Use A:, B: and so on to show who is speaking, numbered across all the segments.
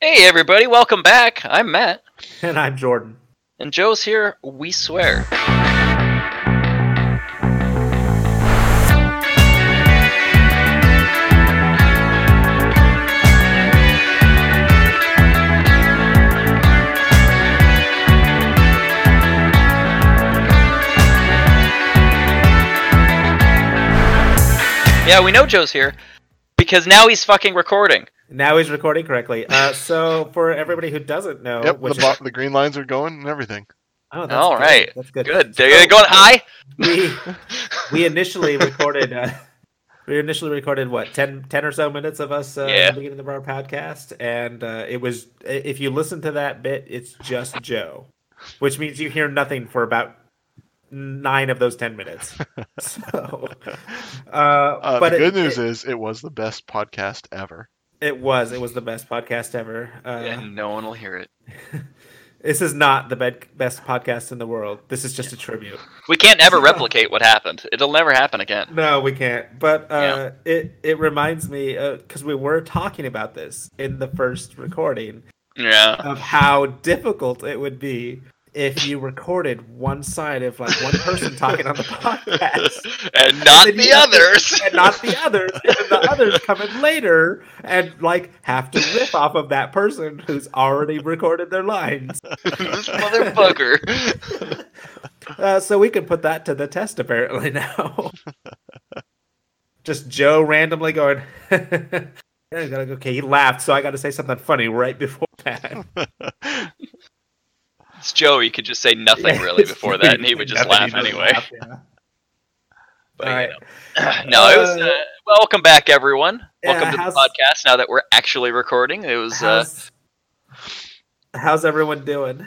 A: Hey, everybody, welcome back. I'm Matt,
B: And I'm Jordan.
A: and Joe's here, we swear. Yeah, we know Joe's here because now he's fucking recording.
B: Now he's recording correctly. Uh, so for everybody who doesn't know,
C: Yep, the,
B: Oh, which
C: bo- the green lines are going and everything.
B: oh, that's
A: All
B: good.
A: right.
B: that's good.
A: Good. They're
B: So
A: going high.
B: We we initially recorded uh, we initially recorded what 10, 10 or so minutes of us uh, at
A: Yeah.
B: the beginning of our podcast, and uh, it was if you listen to that bit, it's just Joe, which means you hear nothing for about nine of those ten minutes. So, uh,
C: Uh,
B: but
C: the
B: it-
C: good news
B: it,
C: is it was the best podcast ever.
B: it was it was the best podcast ever. Uh,
A: and no one will hear it.
B: This is not the bed- best podcast in the world. This is just a tribute.
A: We can't ever replicate what happened. It'll never happen again.
B: No, we can't. But uh, it it reminds me because we were talking about this in the first recording
A: Yeah.
B: of how difficult it would be if you recorded one side of like one person talking on the podcast
A: and not
B: then
A: the
B: you have to-
A: others.
B: and not the others, and then the others come in later and like have to riff off of that person who's already recorded their lines.
A: this motherfucker.
B: Uh, so we can put that to the test apparently now. Just Joe randomly going. "Yeah, I gotta go- okay, he laughed, so I got to say something funny right before that.
A: It's Joe. You could just say nothing really before that, and he would just
B: Nothing,
A: laugh
B: he
A: anyway.
B: laugh, yeah.
A: But,
B: All
A: you
B: right.
A: know. no, it was. Uh,
B: Uh,
A: welcome back, everyone.
B: yeah,
A: welcome to the
B: how's-
A: podcast. Now that we're actually recording, it was. Uh,
B: How's, how's everyone doing?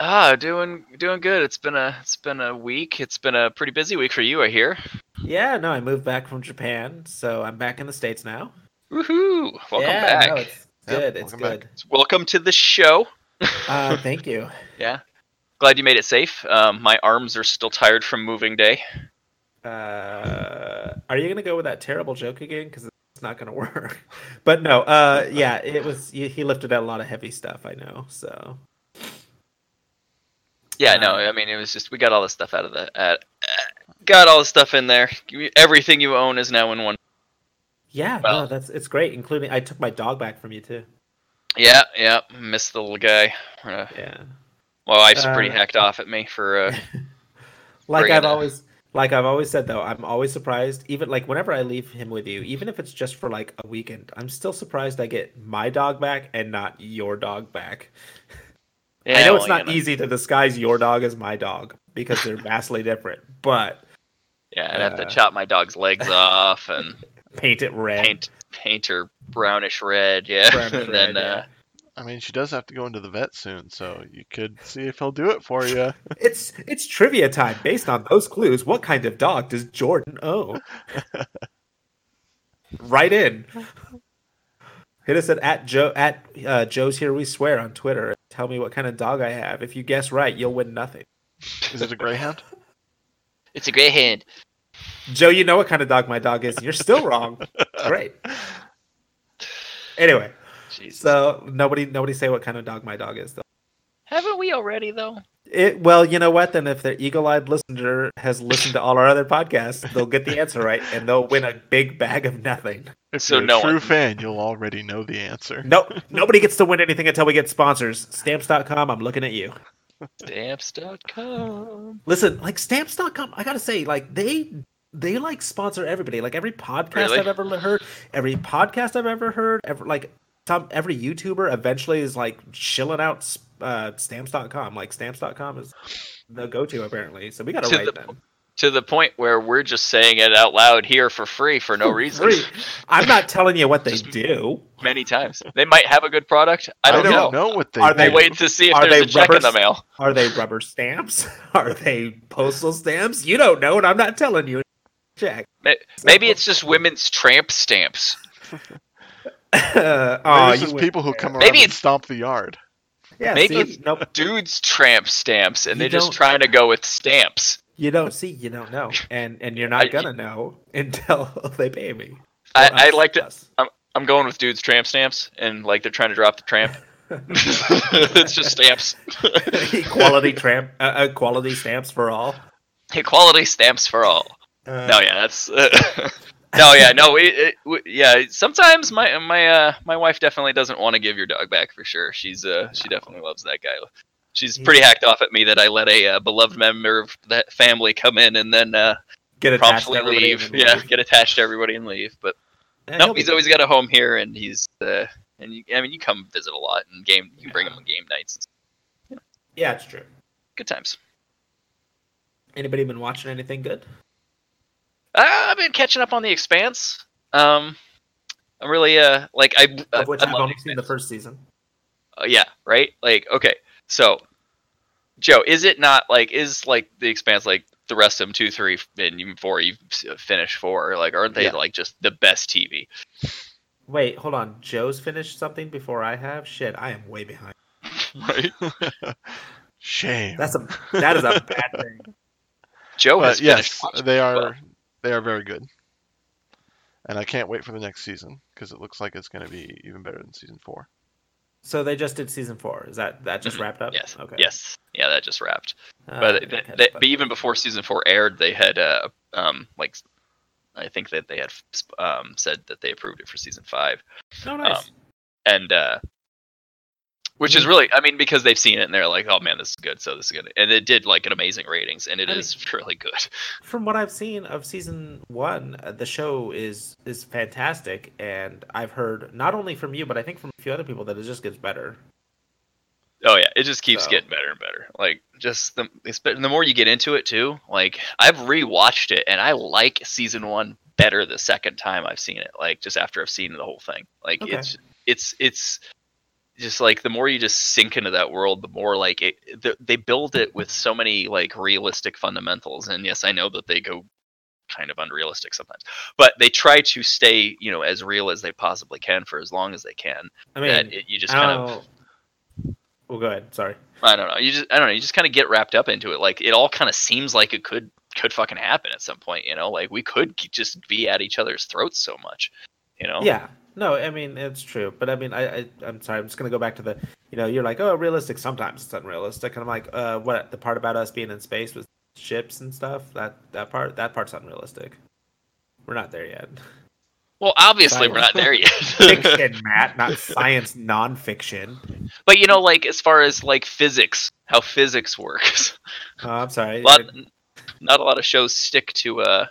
A: ah, doing doing good. It's been a it's been a week. It's been a pretty busy week for you. I hear.
B: Yeah, no, I moved back from Japan, so I'm back in the states now.
A: Woohoo! Welcome
B: yeah,
A: back.
B: no, it's
C: Yep,
B: good. it's
C: welcome back.
B: good.
A: Welcome to the show.
B: Uh, thank you.
A: Yeah. Glad you made it safe. Um, my arms are still tired from moving day.
B: uh, are you gonna go with that terrible joke again? Because it's not gonna work. But no, uh, yeah, it was. He he lifted a lot of heavy stuff. I know. So
A: Yeah, no, I mean it was just we got all this stuff out of the uh, got all the stuff in there. You- Everything you own is now in one.
B: yeah,
A: Well-
B: no, that's it's great. Including, I took my dog back from you too.
A: Yeah, yeah, miss the little guy. Uh,
B: Yeah,
A: my wife's pretty
B: Uh,
A: hacked off at me for uh,
B: like
A: Bring it
B: I've
A: up.
B: always. Like I've always said though, I'm always surprised. Even like whenever I leave him with you, even if it's just for like a weekend, I'm still surprised I get my dog back and not your dog back.
A: yeah,
B: I know
A: well,
B: it's
A: you
B: not
A: know.
B: easy to disguise your dog as my dog because they're vastly different, but
A: Yeah, I'd have to
B: uh,
A: chop my dog's legs off and
B: paint it red.
A: paint paint her brownish red. Yeah,
B: Brownish
A: and then
B: red, yeah.
A: uh,
C: I mean, she does have to go into the vet soon, so you could see if he'll do it for you.
A: uh,
B: It's it's trivia time. Based on those clues, what kind of dog does Jordan own? right in. Hit us at, at Joe at uh, Joe's here we swear on Twitter. Tell me what kind of dog I have. If you guess right, you'll win nothing.
C: Is it a greyhound?
A: it's a great hand.
B: Joe, you know what kind of dog my dog is. and You're still wrong. Great. Anyway,
A: Jesus.
B: so nobody nobody say what kind of dog my dog is though.
A: Haven't we already though?
B: It, well, you know what? Then if their eagle-eyed listener has listened to all our other podcasts, they'll get the answer right, and they'll win a big bag of nothing.
C: If
A: So
C: you're a
A: no
C: true
A: one.
C: fan, you'll already know the answer.
B: Nope, nobody gets to win anything until we get sponsors. Stamps.com, I'm looking at you.
A: Stamps.com.
B: Listen, like Stamps.com, I gotta say, like they they like sponsor everybody. Like every podcast
A: Really?
B: I've ever li- heard, every podcast I've ever heard, ever like some every YouTuber eventually is like shilling out s- uh, Stamps.com. Like Stamps.com is the go-to apparently. So we gotta
A: To
B: write
A: the-
B: them.
A: To the point where we're just saying it out loud here for free for no reason.
B: Free. I'm not telling you what they do.
A: many times. They might have a good product. I don't, know.
C: what they
B: Are
A: They
B: they-
C: do.
A: wait to see if
B: Are
A: there's
B: they
A: a check in
B: rubbers?
A: the mail.
B: Are they rubber stamps? Are they postal stamps? You don't know, and I'm not telling you. Check.
A: Ma- Maybe it's just women's tramp stamps.
B: uh,
C: Maybe
B: aw,
C: it's
B: you
C: just
B: went
C: people who
B: there.
C: come around
A: Maybe
C: and
A: it's-
C: stomp the yard.
B: Yeah,
A: Maybe
B: see,
A: it's-
B: nope.
A: Dudes tramp stamps, and
B: You
A: they're just
B: don't-
A: trying to go with stamps.
B: You don't see, you don't know, and and you're
A: I-
B: not gonna know until they pay me.
A: I,
B: Or
A: I
B: us,
A: like to.
B: us.
A: I'm going with dudes tramp stamps, and like they're trying to drop the tramp. it's just stamps.
B: equality tramp, uh, equality stamps for all.
A: Equality stamps for all.
B: Uh,
A: No, yeah, that's. no, yeah, no, we, it, we, yeah. Sometimes my my uh my wife definitely doesn't want to give your dog back for sure. She's uh she definitely loves that guy. She's
B: Mm.
A: pretty hacked off at me that I let a uh, beloved member of that family come in and then uh,
B: get attached
A: promptly
B: to everybody
A: leave.
B: and
A: Yeah, get attached to everybody and leave. But
B: Eh,
A: no,
B: he'll be
A: he's
B: good.
A: always got a home here, and he's uh, and you, I mean you come visit a lot and game. You can bring him on game nights. It's
B: Yeah, it's true.
A: good times.
B: Anybody been watching anything good?
A: Uh, I've been catching up on the Expanse. Um, I'm really uh like I I,
B: Of which
A: I
B: I've
A: love
B: only
A: The
B: seen the first season.
A: Uh, yeah, right? Like, okay, so Joe, is it not like is like the expanse like the rest of them two, three, and even four? You finish four, like aren't they
C: Yeah.
A: like just the best TV?
B: Wait, hold on. Joe's finished something before I have. Shit, I am way behind.
A: Right?
C: Shame.
B: That's a that is a bad thing.
A: Joe
C: But
A: has
C: Uh, yes,
A: finished. watching
C: they
A: it
C: are
A: as well.
C: they are very good, and I can't wait for the next season because it looks like it's going to be even better than season four.
B: So they just did season four. Is that that just
A: Mhm.
B: wrapped up?
A: Yes. Yes. Yeah, that just wrapped.
B: Uh,
A: but,
B: I
A: th-
B: had
A: th-
B: fun.
A: but even before season four aired, they had uh, um like I think that they had um said that they approved it for season five. um,
B: oh, nice.
A: and uh which
B: Mm-hmm.
A: is really i mean because they've seen it and they're like oh man this is good so this is good and it did like an amazing ratings and it
B: I mean-
A: is really good
B: From what I've seen of season one, uh, the show is is fantastic, and I've heard not only from you, but I think from a few other people that it just gets better.
A: oh yeah it just keeps
B: So-
A: getting better and better like just the it's, been- the more you get into it too like i've rewatched it and i like season one better the second time i've seen it like just after i've seen the whole thing like
B: Okay.
A: it's it's it's just like the more you just sink into that world the more like it the, they build it with so many like realistic fundamentals and yes i know that they go kind of unrealistic sometimes but they try to stay you know as real as they possibly can for as long as they can
B: I mean,
A: that it, you just
B: I
A: kind
B: don't
A: of
B: know. Well, go ahead. Sorry.
A: i don't know you just i don't know you just kind of get wrapped up into it like it all kind of seems like it could could fucking happen at some point you know like we could just be at each other's throats so much you know
B: Yeah. No, I mean it's true, but I mean I, I I'm sorry. I'm just gonna go back to the you know you're like oh realistic. Sometimes it's unrealistic, and I'm like uh what the part about us being in space with ships and stuff that that part that part's unrealistic. We're not there yet.
A: well obviously we're not there yet
B: Fiction, Matt, not science nonfiction.
A: But you know, like as far as like physics, how physics works.
B: Oh, I'm sorry.
A: A lot, not a lot of shows stick to uh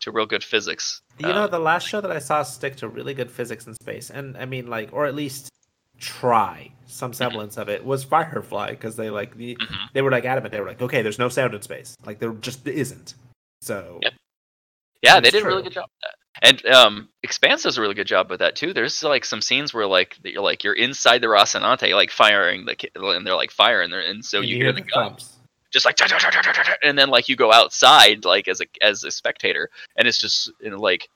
A: to real good physics. Um,
B: you know the last show that I saw stick to really good physics in space, and I mean like or at least try some semblance of it was Firefly because they like the
A: Mhm.
B: they were like adamant they were like okay there's no sound in space like there just isn't so
A: Yep. yeah, they
B: it's
A: did a really
B: true.
A: good job. With that. And um, Expanse does a really good job with that too. There's like some scenes where like that you're like you're inside the Rocinante, like firing the ki- and they're like firing, there, and so you, hear, the gun,
B: thumps.
A: just like "Dah, dah, dah, dah, dah, dah," and then like you go outside like as a as a spectator and it's just you know, like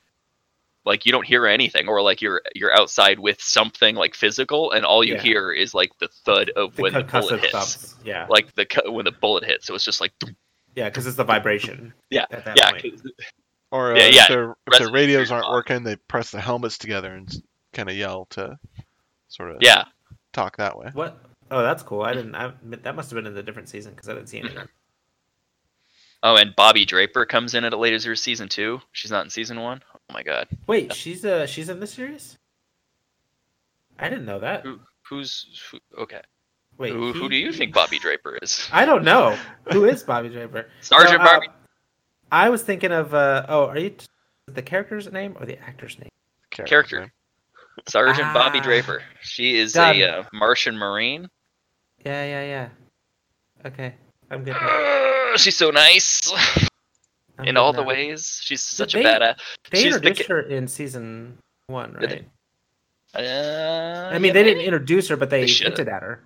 A: like you don't hear anything or like you're you're outside with something like physical and all you
B: Yeah.
A: hear is like the thud of
B: the
A: when the bullet
B: concussive
A: hits
B: thumps yeah
A: like the cu- when the bullet hits so it's just like "Dum."
B: yeah because it's the vibration
A: Yeah,
B: at that
A: yeah
B: point.
A: 'cause-
C: Or uh,
A: Yeah, yeah,
C: if their if their
A: Resident
C: radios
A: Evil.
C: aren't working, they press the helmets together and kind of yell to sort of
A: yeah
C: talk that way.
B: what oh that's cool I didn't I, that must have been in a different season because I didn't see any
A: Mm-hmm.
B: of that
A: oh and Bobby Draper comes in at a later season two she's not in season one. Oh my god
B: wait she's uh she's in this series I didn't know that
A: who who's who, okay
B: wait
A: who, who
B: he-
A: do you think Bobby Draper is
B: I don't know who is Bobby Draper
A: Sergeant
B: No, uh,
A: Bobby
B: I was thinking of uh oh are you t- the character's name or the actor's name
A: Character.
C: name.
A: Sergeant Bobby
B: ah,
A: Draper she is
B: done.
A: a uh, Martian Marine
B: yeah yeah yeah okay I'm good now.
A: Uh, she's so nice
B: I'm
A: in
B: good
A: all the
B: now.
A: ways. She's such
B: they-
A: a badass.
B: They
A: She's the
B: introduced
A: ki-
B: her in season one, right?
A: Did they? Uh,
B: I mean, they didn't introduce her, but they,
A: They should've.
B: hinted at her.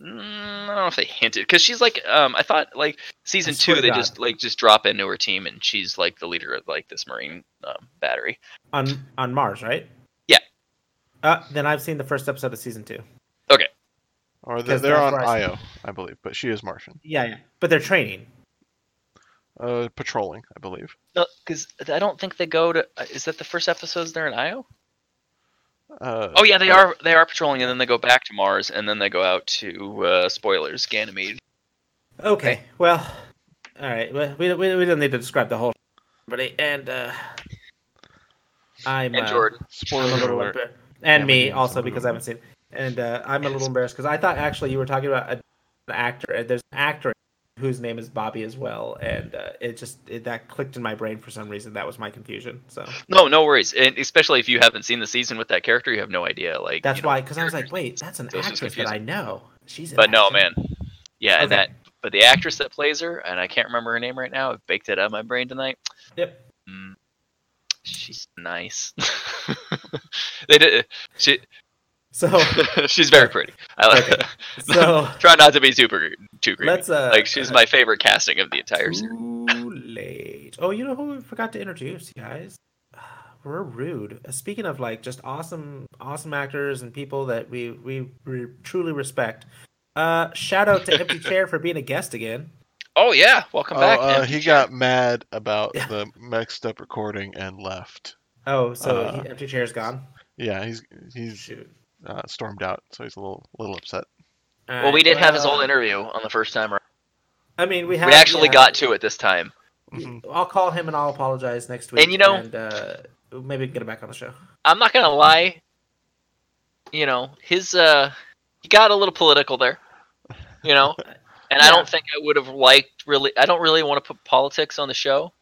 A: Mm, I don't know if they hinted because she's like, um, I thought like season
B: I swear
A: two
B: to
A: they
B: God.
A: just like just drop into her team and she's like the leader of like this marine um, battery.
B: on on Mars, right?
A: Yeah.
B: Uh, then I've seen the first episode of season two.
C: Or they're,
B: Because
C: they're
B: that's
C: on
B: where I-
C: Io, I believe, but she is Martian.
B: Yeah, yeah. But they're training.
C: Uh, patrolling, I believe.
A: uh, No, because I don't think they go to. Is that the first episodes they're in Io?
C: Uh,
A: Oh yeah, they
C: but-
A: are they are patrolling, and then they go back to Mars, and then they go out to uh, spoilers Ganymede.
B: Okay. Well, all right. Well, we we we don't need to describe the whole everybody and uh, I'm
A: And
B: uh,
A: Jordan,
B: I'm a
C: Spoiler
B: little
C: alert.
B: embar-
C: Yeah,
B: and
C: we
B: me
C: need
B: also
C: somebody
B: because
C: to-
B: I haven't seen. it. And uh, I'm a little embarrassed because I thought actually you were talking about a, an actor. and There's an actor whose name is Bobby as well, and uh, it just it, that clicked in my brain for some reason. That was my confusion. So
A: no, no worries, and especially if you haven't seen the season with that character, you have no idea. Like
B: that's
A: you know,
B: why because I was like, wait, that's an
A: So it's just
B: actress that I
A: confusing.
B: know. She's. An
A: but no,
B: actor.
A: man, yeah, and
B: Okay.
A: that but the actress that plays her, and I can't remember her name right now. I baked it out of my brain tonight.
B: Yep.
A: Mm, she's nice. they did. She
B: So
A: she's very pretty. I like.
B: Okay. so
A: Try not to be super too greedy.
B: let's uh
A: like she's
B: uh,
A: my favorite casting of the entire series.
B: Too late. Oh, you know who we forgot to introduce, you guys? We're rude. Uh, Speaking of like just awesome, awesome actors and people that we we re- truly respect. Uh, shout out to Empty Chair for being a guest again.
A: Oh yeah, welcome
C: Oh,
A: back.
C: uh,
A: Em.
C: he got mad about
B: Yeah.
C: the mixed up recording and left.
B: Oh, so
C: Uh,
B: he- Empty Chair's gone.
C: Yeah, he's he's
B: Shoot.
C: uh, stormed out, so he's a little little upset.
A: well, we did have his
B: Well,
A: whole interview on the first time. around.
B: I mean, we
A: We,
B: have.
A: actually
B: yeah.
A: got to it this time.
C: Mhm.
B: I'll call him and I'll apologize next week.
A: you know-
B: and, uh, maybe we can get him back on the show.
A: I'm not gonna lie. You know, his uh, he got a little political there. You know, and I
B: Yeah.
A: don't think I would have liked really. I don't really want to put politics on the show,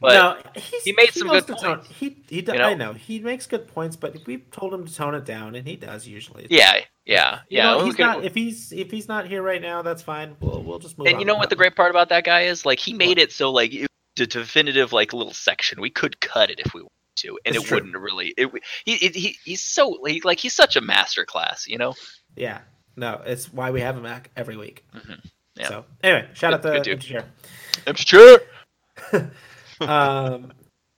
A: but
B: no, he's,
A: he made some
B: knows
A: good
B: to tone-
A: points,
B: He, he, do-
A: you know?
B: I know he makes good points, but we've told him to tone it down, and he does usually.
A: yeah, yeah,
B: You
A: yeah.
B: know,
A: we
B: he's
A: could-
B: not, if he's if he's not here right now, that's fine. We'll we'll just move.
A: and
B: on
A: you know
B: with
A: what the
B: that.
A: great part about that guy is? Like he made it so like it, the definitive like little section. We could cut it if we wanted to, and
B: It's
A: it
B: true.
A: wouldn't really. It w- he he- he he's so he, like he's such a master class. You know,
B: Yeah, no, it's why we have him back every week.
A: Mhm. Yeah.
B: So anyway, shout
A: Good-
B: out to
A: good dude.
B: Empty Chair.
A: I'm sure.
B: um,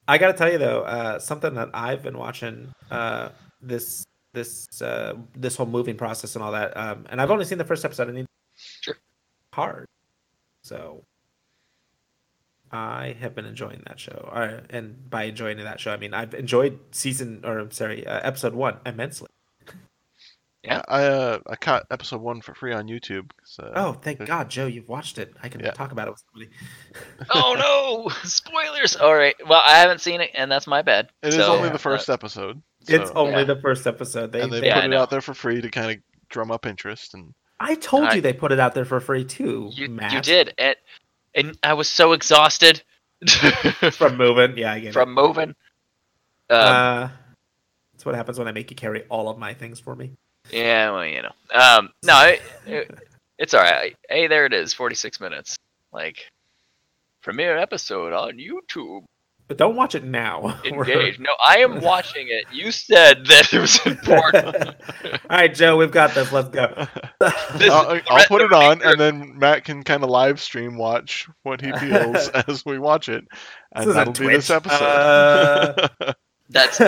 B: I gotta tell you though, uh, something that I've been watching uh, this this uh, this whole moving process and all that, um, and I've only seen the first episode. I need
A: Sure.
B: hard, so I have been enjoying that show. Uh, and by enjoying that show, I mean I've enjoyed season or I'm sorry, uh, episode one immensely.
A: Yeah.
C: I uh, I caught episode one for free on YouTube. So
B: Oh, thank
A: Hmm.
B: God, Joe, you've watched it. I can
C: Yeah.
B: talk about it with somebody.
A: oh no! Spoilers. All right. Well, I haven't seen it, and that's my bad.
C: it is
A: So,
C: only
A: uh,
C: the first episode.
B: it's
C: so-
B: only
A: yeah.
B: the first episode. They,
C: and they
B: they-
A: Yeah,
C: put
A: I
C: it
A: know.
C: out there for free to kind of drum up interest and
B: I told
A: I-
B: you they put it out there for free too.
A: you,
B: Matt.
A: you did, and and I was so exhausted
B: from moving. Yeah, I get
A: from moving.
B: it.
A: Um,
B: Uh, that's what happens when I make you carry all of my things for me.
A: Yeah, well, you know. Um, no, it, it- it's all right. Hey, there it is, 46 minutes. Like, premiere episode on YouTube.
B: But don't watch it now. We're-
A: Engage. No, I am watching it. You said that it was important.
B: all right, Joe, we've got this. Let's go.
A: This-
C: I'll,
A: the
C: I'll
A: rest
C: put
A: of
C: it on
A: the-
C: and then Matt can kind of live stream watch what he feels as we watch it and
B: isn't
C: that'll be this
B: Twitch.
C: episode.
B: Uh,
A: That's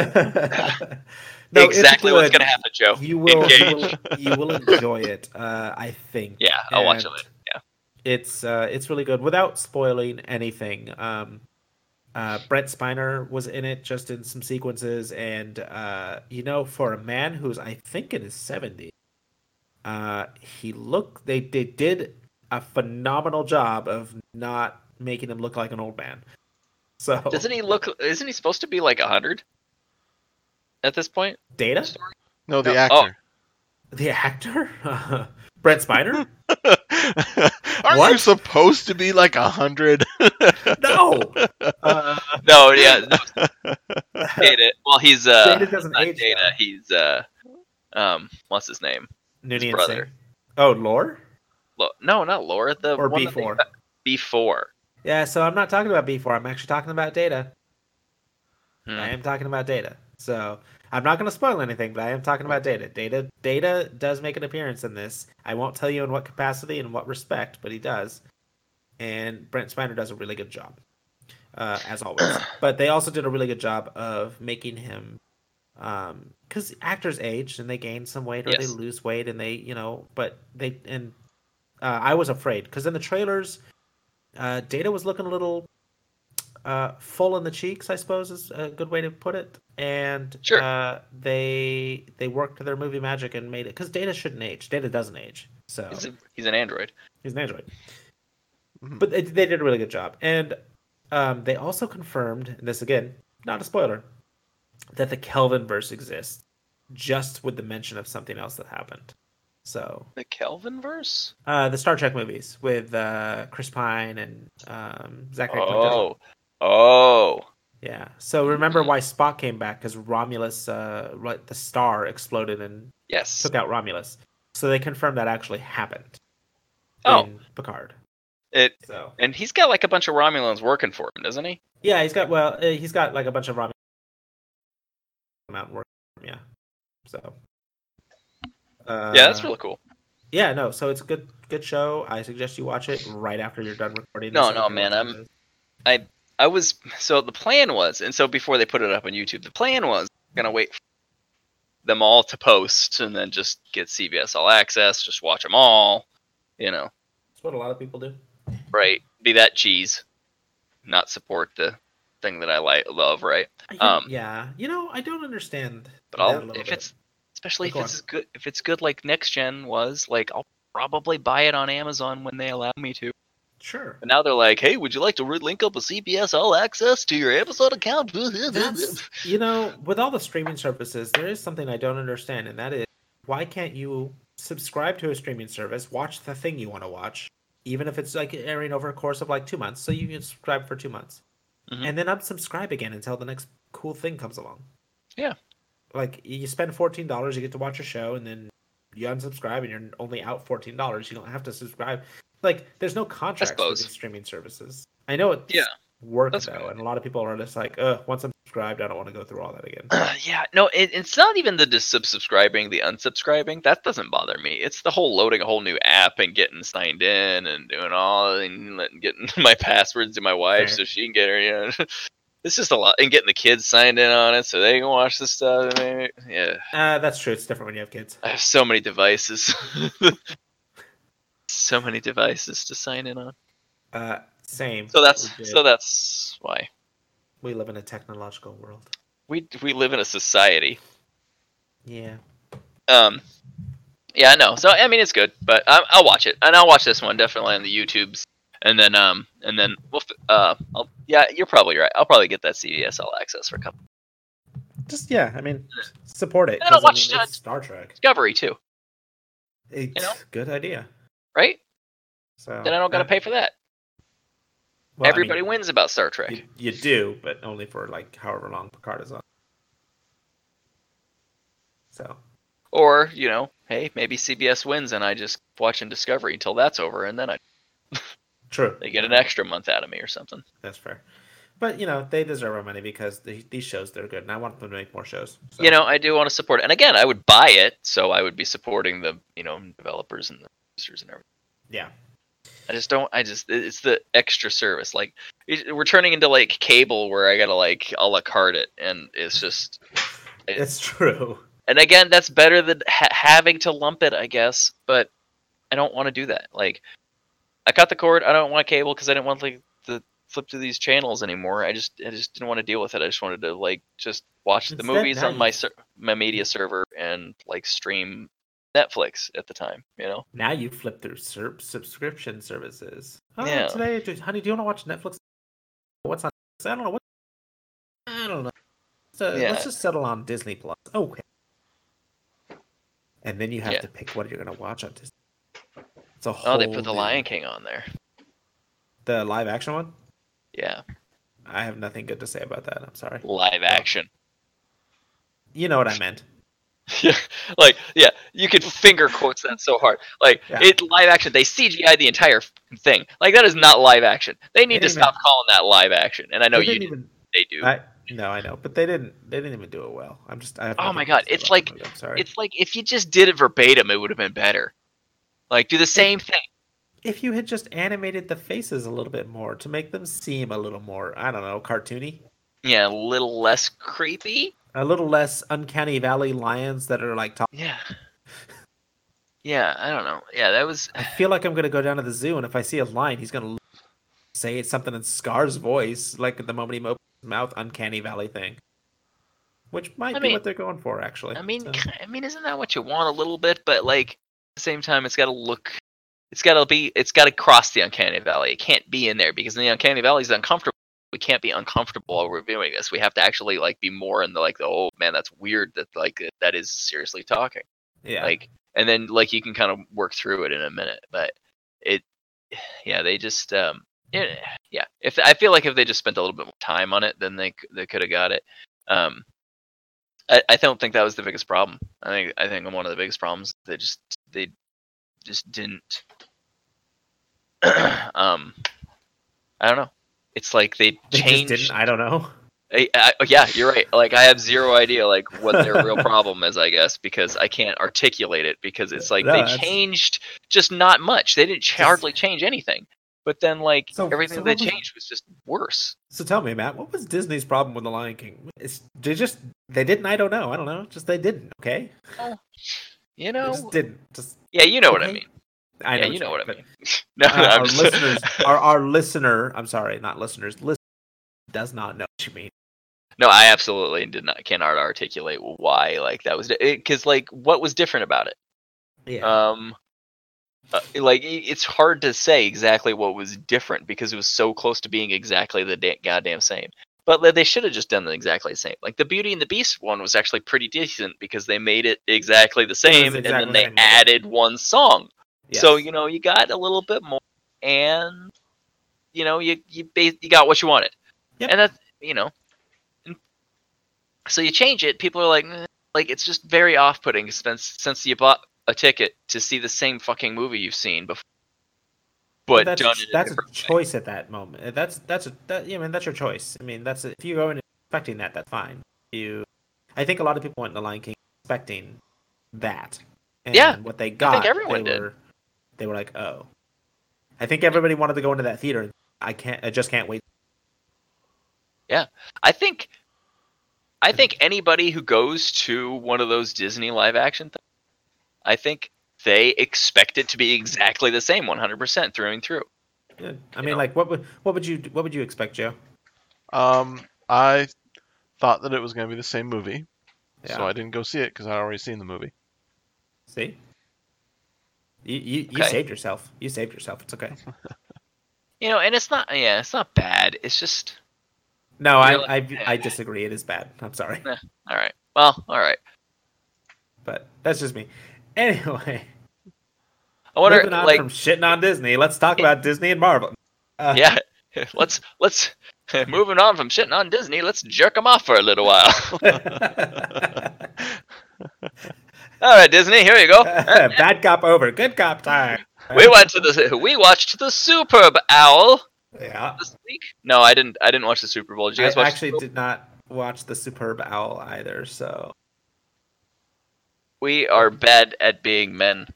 B: No, it's
A: exactly what's
B: good.
A: going to happen, Joe.
B: You will, you will,
A: Engage.
B: you will enjoy it. Uh, I think.
A: Yeah, I'll watch it
B: And
A: later. Yeah.
B: It's uh, it's really good without spoiling anything. Um, uh, Brent Spiner was in it just in some sequences, and uh, you know, for a man who's I think in his seventies, uh, he looked they they did a phenomenal job of not making him look like an old man. So
A: Doesn't he look, isn't he supposed to be like 100 at this point?
B: Data,
C: no, the
A: No, oh.
C: actor.
B: the actor, Brent Spiner.
C: Aren't you
B: What?
C: supposed to be like a hundred?
B: no. Uh,
A: No, yeah. no, Data. Well, he's, uh,
B: Data doesn't
A: not
B: age,
A: Data.
B: though.
A: He's, uh, um, what's his name?
B: Noonien
A: brother.
B: Singh. Oh, Lore
A: Lo- no, not Laura. The
B: or
A: one
B: B
A: that they-
B: four?
A: before.
B: Yeah, so I'm not talking about B four. I'm actually talking about data.
A: Hmm.
B: I am talking about data. So I'm not going to spoil anything, but I am talking about data. Data data does make an appearance in this. I won't tell you in what capacity and what respect, but he does. And Brent Spiner does a really good job, uh, as always. but they also did a really good job of making him, because actors age and they gain some weight or
A: Yes.
B: they lose weight and they, you know, but they and uh, I was afraid because in the trailers, uh, Data was looking a little uh, full in the cheeks, I suppose is a good way to put it. And
A: Sure.
B: uh, they they worked their movie magic and made it because Data shouldn't age. Data doesn't age, so
A: He's, a, he's an android.
B: he's an android.
C: Mhm.
B: But they, they did a really good job, and um, they also confirmed and this again, not a spoiler, that the Kelvin verse exists, just with the mention of something else that happened. So
A: The Kelvin verse?
B: uh, the Star Trek movies with uh, Chris Pine and um, Zachary. Quinto.
A: Oh. Oh.
B: Yeah. So remember why Spock came back because Romulus, uh, right, the star exploded and
A: Yes.
B: took out Romulus. So they confirmed that actually happened.
A: Oh.
B: in Picard.
A: It
B: So
A: and he's got like a bunch of Romulans working for him, doesn't he?
B: yeah, he's got well, uh, he's got like a bunch of Romulus mountain work. Yeah. So. Uh,
A: yeah, that's really cool.
B: yeah. No, so it's a good good show. I suggest you watch it right after you're done recording.
A: No,
B: this.
A: no, man, I'm- I was so the plan was, and so before they put it up on YouTube, the plan was gonna wait for them all to post and then just get CBS All Access, just watch them all, you know,
B: That's what a lot of people do.
A: right? Be that cheese, not support the thing that I like love, right? Um,
B: yeah, you know, I don't understand.
A: But
B: that a
A: I'll
B: little
A: if
B: bit.
A: it's especially if
B: Go
A: it's
B: on.
A: as good if it's good like Next Gen was, like I'll probably buy it on Amazon when they allow me to.
B: sure.
A: But now they're like, hey, would you like to re- link up with CBS All Access to your Amazon account?
B: That's you know, with all the streaming services, there is something I don't understand, and that is why can't you subscribe to a streaming service, watch the thing you want to watch, even if it's like airing over a course of like two months, so you can subscribe for two months,
A: Mhm.
B: and then unsubscribe again until the next cool thing comes along.
A: Yeah.
B: like you spend fourteen dollars, you get to watch a show, and then you unsubscribe, and you're only out fourteen dollars. You don't have to subscribe. Like, there's no contracts with
A: suppose.
B: these streaming services. I know it
A: Yeah.
B: work
A: That's
B: though,
A: good.
B: and a lot of people are just like, "Uh, once I'm subscribed, I don't want to go through all that again."
A: yeah, no, it, it's not even the dis- subscribing, the unsubscribing. That doesn't bother me. It's the whole loading a whole new app and getting signed in and doing all and letting, getting my passwords to my wife
B: Fair.
A: so she can get her. You know, it's just a lot and getting the kids signed in on it so they can watch the stuff. I mean, yeah.
B: Uh, that's true. It's different when you have kids.
A: I have so many devices. so many devices to sign in on.
B: Uh, same.
A: So that's
B: we, did.
A: so that's why
B: we live in a technological world.
A: we we live in a society.
B: Yeah.
A: Um, yeah, I know. So I mean, it's good, but I, I'll watch it, and I'll watch this one definitely on the YouTubes, and then um, and then we'll f- uh, I'll, yeah, you're probably right. I'll probably get that CDS All Access for a couple
B: Just yeah. I mean, support it.
A: I don't
B: 'cause,
A: watch
B: mean,
A: that.
B: it's Star Trek.
A: Discovery too,
B: It's
A: know?
B: good idea.
A: right?
B: So
A: Then I don't gotta
B: uh,
A: pay for that.
B: well, I mean,
A: Everybody wins about Star Trek.
B: you, you do, but only for like however long Picard is on. So
A: Or, you know, hey, maybe CBS wins and I just watch in Discovery until that's over and then I
B: true.
A: they get an extra month out of me or something.
B: That's fair. But you know they deserve our money because the, these shows they're good, and I want them to make more shows. So.
A: You know, I do want to support it. And again, I would buy it, so I would be supporting the, you know, developers and the producers and everything.
B: Yeah.
A: I just don't I just it- it's the extra service. Like it, we're turning into like cable where I got to like a la carte it and it's just
B: It's true.
A: and again, that's better than ha- having to lump it, I guess, but I don't want to do that. Like I cut the cord. I don't want cable cuz I didn't want like the flip to these channels anymore. I just I just didn't want to deal with it. I just wanted to like just watch the
B: Instead,
A: movies
B: now
A: on my
B: you-
A: ser- my media server and like stream Netflix at the time, you know.
B: Now you flip through ser- subscription services. Oh,
A: Yeah.
B: today, do- honey, do you want to watch Netflix? What's on? I don't know. What, I don't know. So
A: Yeah.
B: let's just settle on Disney Plus. Okay. And then you have
A: Yeah.
B: to pick what you're going to watch on Disney. It's a whole.
A: Oh, they put the
B: new-
A: Lion King on there.
B: The live action one.
A: Yeah,
B: I have nothing good to say about that. I'm sorry.
A: live action.
B: You know what I meant.
A: Yeah, like yeah, you could finger quotes that so hard. Like
B: Yeah.
A: it live action. They CGI the entire f- thing. Like that is not live action. They need to
B: didn't
A: stop calling that live action. And I know
B: They
A: you
B: didn't
A: do-
B: even.
A: they do.
B: I, no, I know, but they didn't. They didn't even do it well. I'm just. I have
A: Oh
B: nothing
A: my
B: good to
A: God,
B: say
A: it's
B: about the
A: like-
B: movie, I'm sorry.
A: It's like if you just did it verbatim, it would have been better. Like do the same thing.
B: if you had just animated the faces a little bit more to make them seem a little more, I don't know, cartoony,
A: Yeah, a little less creepy.
B: a little less uncanny valley lions that are like talk.
A: Yeah. Yeah, I don't know. Yeah, that was
B: I feel like I'm gonna go down to the zoo, and if I see a lion, he's gonna. say something in Scar's voice, like the moment he opens his mouth, uncanny valley thing. Which might
A: I
B: be
A: mean-
B: what they're going for, actually.
A: I mean,
B: So-
A: ki- I mean, isn't that what you want a little bit? But like, at the same time, it's got to look, it's got to be, it's got to cross the uncanny valley. It can't be in there because the uncanny valley is uncomfortable. We can't be uncomfortable while we're doing this. We have to actually like be more in the like, the, oh man, that's weird. That like that is seriously talking.
B: yeah.
A: Like, and then like you can kind of work through it in a minute. But it, yeah, they just um, yeah, yeah. If I feel like if they just spent a little bit more time on it, then they c- they could have got it. Um, I, I don't think that was the biggest problem. I think I think one of the biggest problems they just they just didn't. um, I don't know. It's like they
B: They just
A: changed.
B: didn't. I don't know.
A: I, I, yeah, you're right. Like I have zero idea like what their real problem is, I guess, because I can't articulate it because it's like
B: No,
A: they
B: that's-
A: changed just not much. They didn't ch- hardly change anything. But then like
B: So-
A: everything
B: so
A: they
B: what was-
A: changed was just worse.
B: So tell me, Matt, what was Disney's problem with The Lion King? It's they just they didn't. I don't know. I don't know. Just they didn't. Okay,
A: You
B: they
A: know?
B: just didn't. Just
A: yeah, you know what I
B: okay.
A: mean.
B: I
A: yeah, you know what I
B: but-
A: mean. No,
B: Uh,
A: no, I'm
B: our
A: just-
B: listeners, our, our listener, I'm sorry, not listeners, listen, does not know what you mean.
A: No, I absolutely did not cannot articulate why like that was because like what was different about it?
B: Yeah,
A: um uh, like i- it's hard to say exactly what was different because it was so close to being exactly the da- goddamn same but like, they should have just done the exactly same like the beauty and the beast one was actually pretty decent because they made it exactly the same
B: exactly
A: and
B: the
A: then they
B: same, yeah.
A: added one song
B: yes.
A: so you know you got a little bit more and you know you you, ba- you got what you wanted
B: Yep.
A: and that's you know and so you change it people are like "Eh," like it's just very off-putting since since you bought a ticket to see the same fucking movie you've seen before but
B: that's
A: done in a
B: that's a
A: different way.
B: choice at that moment. Uh, That's that's a that, yeah, I mean that's your choice. I mean that's if you go in expecting that, that's fine. You, I think a lot of people went to Lion King expecting that. And
A: Yeah,
B: what they got,
A: everyone
B: they
A: did.
B: were they were like, oh, I think everybody wanted to go into that theater. and I can't, I just can't wait.
A: I think I think anybody who goes to one of those Disney live action things, I think they expect it to be exactly the same 100% through and through.
B: Yeah, Uh, I
A: You
B: mean,
A: know.
B: like, what would what would you what would you expect, Joe?
C: Um, I thought that it was going to be the same movie,
B: Yeah.
C: so I didn't go see it because I already seen the movie.
B: See? You you, you
A: Okay.
B: saved yourself. You saved yourself. It's okay.
A: You know, and it's not yeah, it's not bad. It's just
B: No,
A: You're
B: I,
A: like-
B: I I disagree. It is bad. I'm sorry.
A: all right. Well, all right.
B: But that's just me. Anyway,
A: I wonder
B: moving on
A: like
B: from shitting on Disney, let's talk about Disney and Marvel. Uh,
A: yeah, let's let's moving on from shitting on Disney, let's jerk them off for a little while. all right, Disney, here you go.
B: Bad cop over. Good cop time.
A: We went to the we watched the Superb Owl
B: Yeah.
A: this week. No, I didn't I didn't watch the Super Bowl. Did you
B: I
A: guys watch the
B: actually did not watch the Superb Owl either, so
A: We are bad at being men,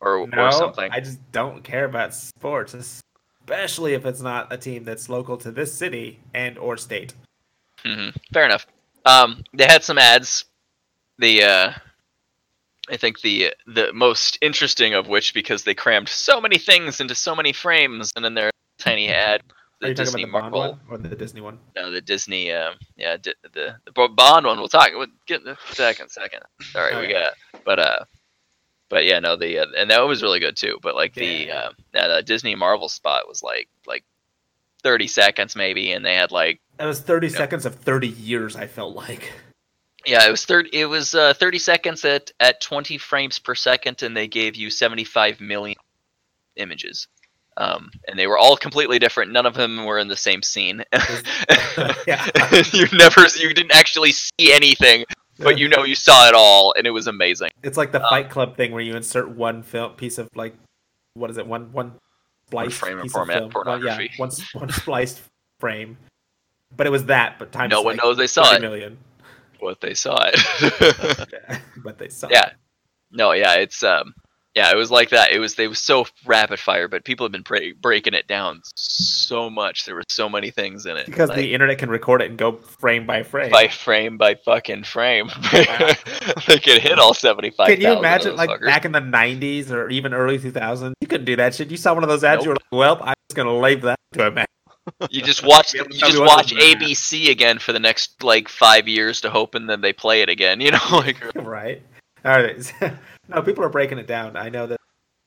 A: or
B: no,
A: or something.
B: I just don't care about sports, especially if it's not a team that's local to this city and or state.
A: hmm Fair enough. Um, they had some ads. The uh, I think the the most interesting of which because they crammed so many things into so many frames, and then their tiny ad. The
B: Are you
A: Disney
B: talking about the
A: Marvel,
B: Bond one or the Disney one?
A: no, the Disney, um, yeah, di- the, the Bo- Bond one. We'll talk. We'll get in a second, second. Sorry, we
B: Okay.
A: got, but uh, but yeah, no, the uh, and that was really good too. But like the
B: Yeah.
A: uh, that uh, Disney Marvel spot was like like thirty seconds maybe, and they had like
B: That was 30
A: Yeah.
B: seconds of 30 years, I felt like.
A: Yeah, it was third. It was uh, thirty seconds at at twenty frames per second, and they gave you seventy five million images, um, and they were all completely different. None of them were in the same scene.
B: uh, Yeah.
A: you never, you didn't actually see anything, but you uh, know you saw it all, and it was amazing.
B: It's like the Fight Club thing where you insert one film piece of like what is it? One one spliced
A: frame of
B: piece
A: format
B: of film. One- yeah,
A: pornography.
B: one, s- one spliced frame. But it was that, but times
A: No one
B: like
A: knows they saw
B: 30
A: it.
B: million.
A: But they saw it.
B: but they saw
A: yeah,
B: it.
A: no, yeah, it's um, Yeah, it was like that. It was they was so rapid fire, but people have been pre- breaking it down so much. There were so many things in it
B: because
A: like,
B: the internet can record it and go frame by frame.
A: by frame by fucking frame, they could hit all seventy five.
B: Can you imagine, like back in the '90s or even early 2000s, you couldn't do that shit. You saw one of those ads, you were like, "Well, I'm just gonna label that to a man."
A: You just watch
B: Yeah,
A: you
B: we
A: just
B: probably
A: watch
B: wasn't there.
A: ABC again for the next like five years to hope, and then they play it again. You know, like
B: right? All right. no, people are breaking it down. I know there's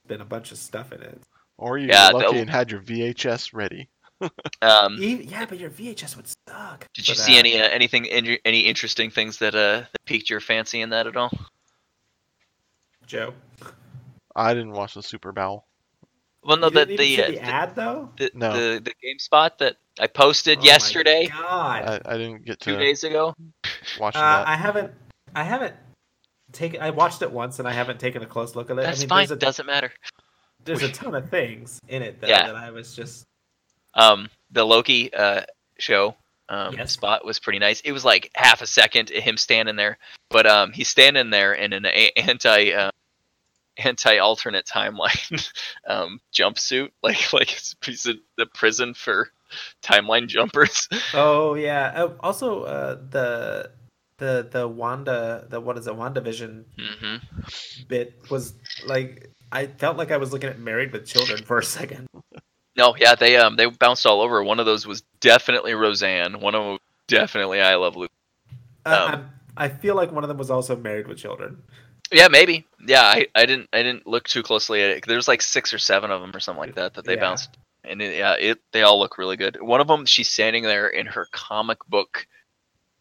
B: been a bunch of stuff in it.
C: Or you
A: Yeah,
C: were lucky
A: that-
C: and had your VHS ready.
A: um,
B: E- yeah, but your VHS would suck.
A: did
B: for
A: you see
B: that.
A: any uh, anything any, any interesting things that uh that piqued your fancy in that at all?
B: Joe?
C: I didn't watch the Super Bowl.
A: Well, no,
B: You didn't
A: the
B: even
A: the, uh,
B: see the ad though.
A: the,
C: No.
A: the the GameSpot that I posted
B: Oh my
A: yesterday,
B: God.
C: I, I didn't get
A: two
C: to
A: days ago.
C: watch
B: Uh,
C: that.
B: I haven't. I haven't taken. I watched it once, and I haven't taken a close look at it.
A: That's
B: I mean,
A: fine.
B: There's a,
A: Doesn't matter.
B: there's a ton of things in it that,
A: Yeah.
B: that I was just.
A: Um, the Loki uh show um
B: Yes.
A: spot was pretty nice. It was like half a second of him standing there, but um he's standing there in an a- anti uh, anti alternate timeline um jumpsuit, like like it's a piece of the prison for timeline jumpers.
B: Oh yeah. Oh, also, uh, the the the Wanda the what is it Wanda Vision
A: hmm
B: Mm-hmm. bit was like I felt like I was looking at Married with Children for a second.
A: No, yeah, they um they bounced all over. One of those was definitely Roseanne. One of them was definitely I Love Lucy.
B: Uh,
A: Um,
B: I'm- I feel like one of them was also Married with Children.
A: Yeah, maybe. Yeah, I, I didn't I didn't look too closely at it. There's like six or seven of them or something like that that they
B: Yeah.
A: bounced. And it, yeah, it they all look really good. One of them, she's standing there in her comic book,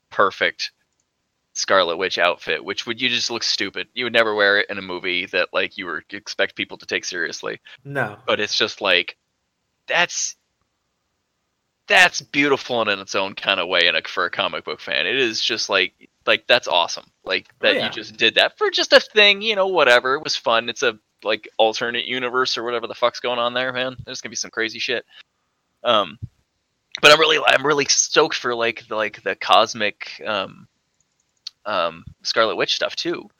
A: perfect Scarlet Witch outfit, which would you just look stupid. You would never wear it in a movie that like you were expect people to take seriously.
B: No.
A: But it's just like, that's that's beautiful in its own kind of way, and for a comic book fan, it is just like like that's awesome. Like that
B: Oh, yeah.
A: you just did that for just a thing, you know, whatever. It was fun. It's a like alternate universe or whatever the fuck's going on there, man. There's gonna be some crazy shit. Um, but I'm really I'm really stoked for like the, like the cosmic um um Scarlet Witch stuff too.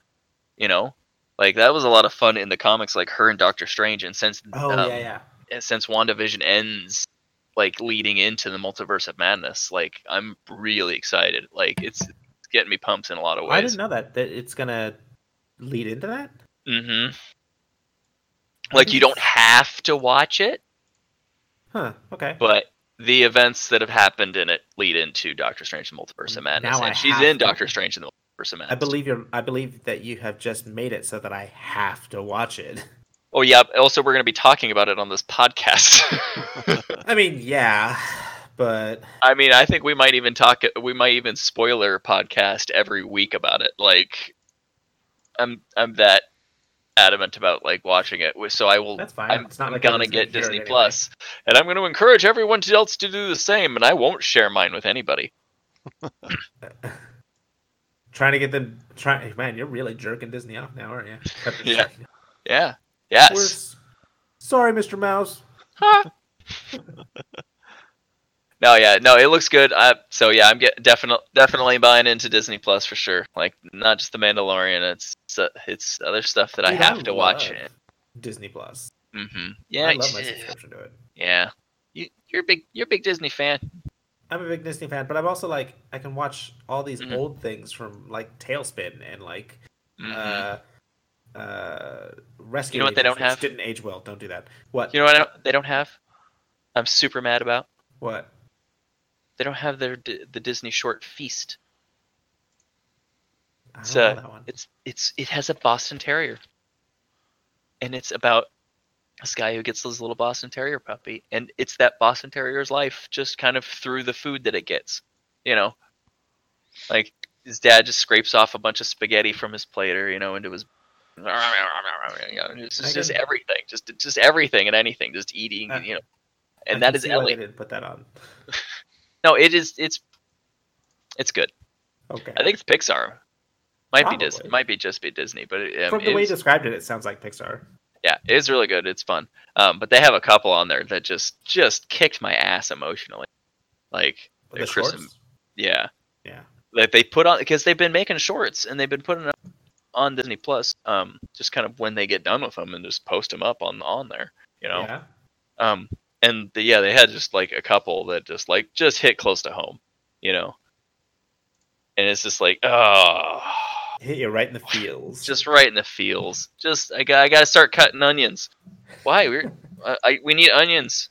A: You know, like that was a lot of fun in the comics, like her and Doctor Strange, and since
B: Oh
A: um,
B: yeah, yeah.
A: and since WandaVision ends like leading into the multiverse of madness, like I'm really excited. Like it's, it's getting me pumped in a lot of
B: I didn't
A: ways.
B: know that that it's gonna lead into that.
A: Mhm. Like you don't have to watch it,
B: Huh. Okay.
A: but the events that have happened in it lead into Doctor Strange and Multiverse of Madness.
B: Now I
A: and she's
B: have
A: in
B: to.
A: Doctor Strange and the Multiverse of Madness.
B: I believe you're. I believe that you have just made it so that I have to watch it.
A: Oh yeah, also we're going to be talking about it on this podcast.
B: I mean, yeah, but
A: I mean, I think we might even talk. We might even spoiler podcast every week about it. Like, I'm I'm that adamant about like watching it. So I will.
B: that's fine.
A: I'm,
B: it's not like
A: gonna
B: everyone's
A: get
B: hear it
A: Disney
B: anyway.
A: Plus, and I'm going to encourage everyone else to do the same. And I won't share mine with anybody.
B: Trying to get them. Try, man, you're really jerking Disney off now, aren't you?
A: Yeah. Yeah. Yes.
B: We're s- sorry, Mr. Mouse.
A: Huh. no, yeah, no, it looks good. I, so yeah, I'm get definitely definitely buying into Disney Plus for sure. Like not just the Mandalorian, it's it's, it's other stuff that I
B: Dude,
A: have to watch.
B: love Disney Plus.
A: Mm-hmm. Yeah,
B: I love my
A: yeah,
B: subscription to it.
A: yeah. You, you're a big you're a big Disney fan.
B: I'm a big Disney fan, but I'm also like I can watch all these
A: Mhm.
B: old things from like Tailspin and like
A: Mhm.
B: uh, uh, Rescue.
A: You know what they
B: Rangers,
A: don't
B: which
A: have?
B: Didn't age well. Don't do that. What?
A: you know what I don't, they don't have? I'm super mad about.
B: what?
A: They don't have their D- the Disney short feast.
B: I don't
A: It's
B: know
A: a-
B: that one.
A: It's it's it has a Boston Terrier. And it's about this guy who gets this little Boston Terrier puppy, and it's that Boston Terrier's life just kind of through the food that it gets. You know, like his dad just scrapes off a bunch of spaghetti from his plate, or you know, into his. you know, It's just, just
B: can-
A: everything, just just everything and anything, just eating,
B: Uh,
A: you know,
B: I
A: and that
B: can
A: is
B: see why
A: Ellie.
B: they didn't put that on.
A: No, it is. It's it's good.
B: Okay.
A: I think it's Pixar. Might be
B: Probably.
A: Disney. Might be just be Disney, but it, um,
B: From the
A: it
B: way you
A: is-
B: described it, it sounds like Pixar.
A: yeah, it is really good. It's fun. Um, but they have a couple on there that just just kicked my ass emotionally. Like
B: The
A: They're Chris and-
B: shorts?
A: yeah,
B: Yeah.
A: like they put on because they've been making shorts and they've been putting up on Disney Plus, um, just kind of when they get done with them and just post them up on on there, you know.
B: Yeah.
A: Um, and the, yeah, they had just like a couple that just like just hit close to home, you know. And it's just like, oh,
B: Hit you right in the feels.
A: just right in the feels. Just I got I got to start cutting onions. Why we're I, I we need onions.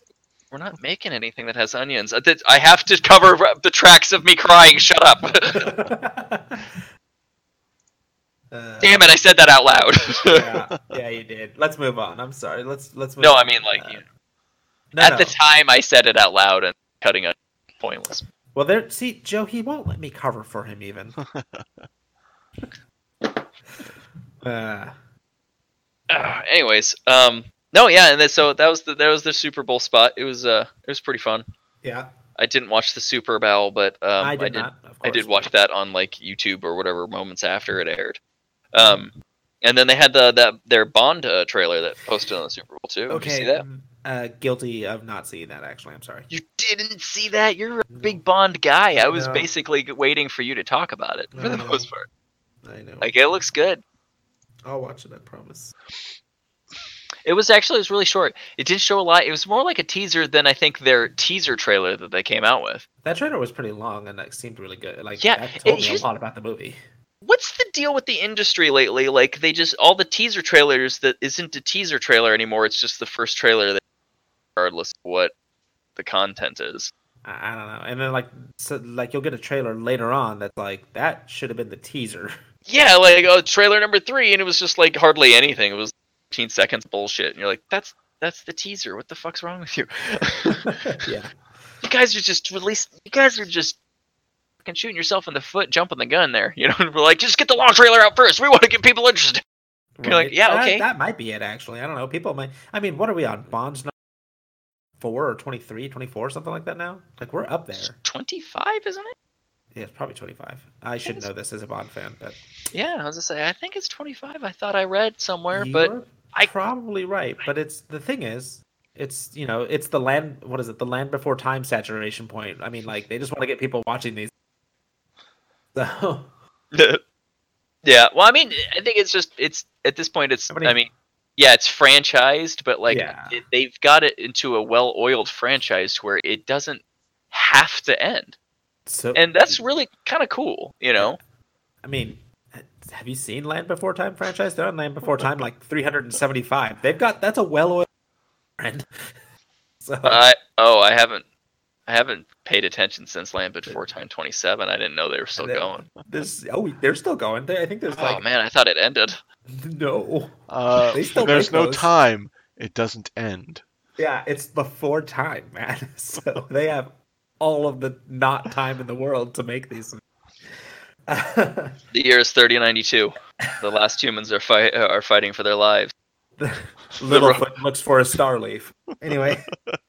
A: We're not making anything that has onions. I, did- I have to cover the tracks of me crying. Shut up.
B: Uh,
A: Damn it! I said that out loud.
B: yeah, yeah, you did. Let's move on. I'm sorry. Let's let's. Move
A: no,
B: on.
A: I mean like
B: Uh,
A: you know,
B: no,
A: at
B: no.
A: the time I said it out loud and cutting it pointless.
B: Well, there. See, Joe, he won't let me cover for him even. uh,
A: Uh, anyways, um, no, yeah, and then, so that was the that was the Super Bowl spot. It was uh, it was pretty fun.
B: yeah,
A: I didn't watch the Super Bowl, but um,
B: I did not. Of
A: I did
B: course.
A: watch that on like YouTube or whatever moments after it aired. Um, and then they had the that their Bond uh, trailer that posted on the Super Bowl too. Did you see that?
B: um, Uh, guilty of not seeing that. Actually, I'm sorry.
A: You didn't see that? You're a
B: No.
A: big Bond guy. I was
B: No.
A: basically waiting for you to talk about it for the
B: No.
A: most part.
B: I know.
A: Like it looks good.
B: I'll watch it. I promise.
A: It was actually it was really short. It didn't show a lot. It was more like a teaser than I think their teaser trailer that they came out with.
B: That trailer was pretty long, and that seemed really good. Like,
A: Yeah,
B: that told
A: it
B: me
A: used-
B: a lot about the movie.
A: What's the deal with the industry lately? Like they just all the teaser trailers that isn't a teaser trailer anymore. It's just the first trailer that regardless of what the content is.
B: I, I don't know. And then like, so like you'll get a trailer later on that's like that should have been the teaser.
A: Yeah, like oh, trailer number 3 and it was just like hardly anything. It was 15 seconds of bullshit and you're like that's that's the teaser. What the fuck's wrong with you?
B: yeah.
A: you guys are just released. You guys are just fucking shooting yourself in the foot, jumping the gun there. You know, we're like, just get the long trailer out first. We want to get people interested. You're like, yeah,
B: That-
A: okay.
B: That might be it actually. I don't know. People might. I mean, what are we on? Bonds number four or 23, 24, something like that now. Like we're up there.
A: Twenty-five, isn't it?
B: Yeah, it's probably twenty five. I should know this as a Bond fan, but
A: Yeah, I was gonna say. I think it's twenty-five. I thought I read somewhere,
B: you're
A: but I-
B: probably right. But it's the thing is. It's you know it's the land what is it the land before time saturation point I mean like they just want to get people watching these so
A: yeah. Well, I mean, I think it's just it's at this point. It's.
B: How many-
A: I mean, yeah, it's franchised, but like
B: Yeah.
A: it, they've got it into a well-oiled franchise to where it doesn't have to end,
B: so
A: and that's really kind of cool. You know.
B: I mean, have you seen Land Before Time franchise? They're on Land Before Time like 375. They've got that's a well-oiled friend. So
A: I oh I haven't I haven't paid attention since Land Before Time 27. I didn't know they were still
B: They-
A: going.
B: this oh they're still going. They, I think there's
A: Oh
B: like
A: man, I thought it ended.
B: no.
C: Uh,
B: They still
C: there's
B: make
C: no
B: those.
C: time. It doesn't end.
B: Yeah, it's before time, man. So they have all of the not time in the world to make these.
A: The year is 3092. The last humans are fight are fighting for their lives.
B: Littlefoot looks for a star leaf. Anyway,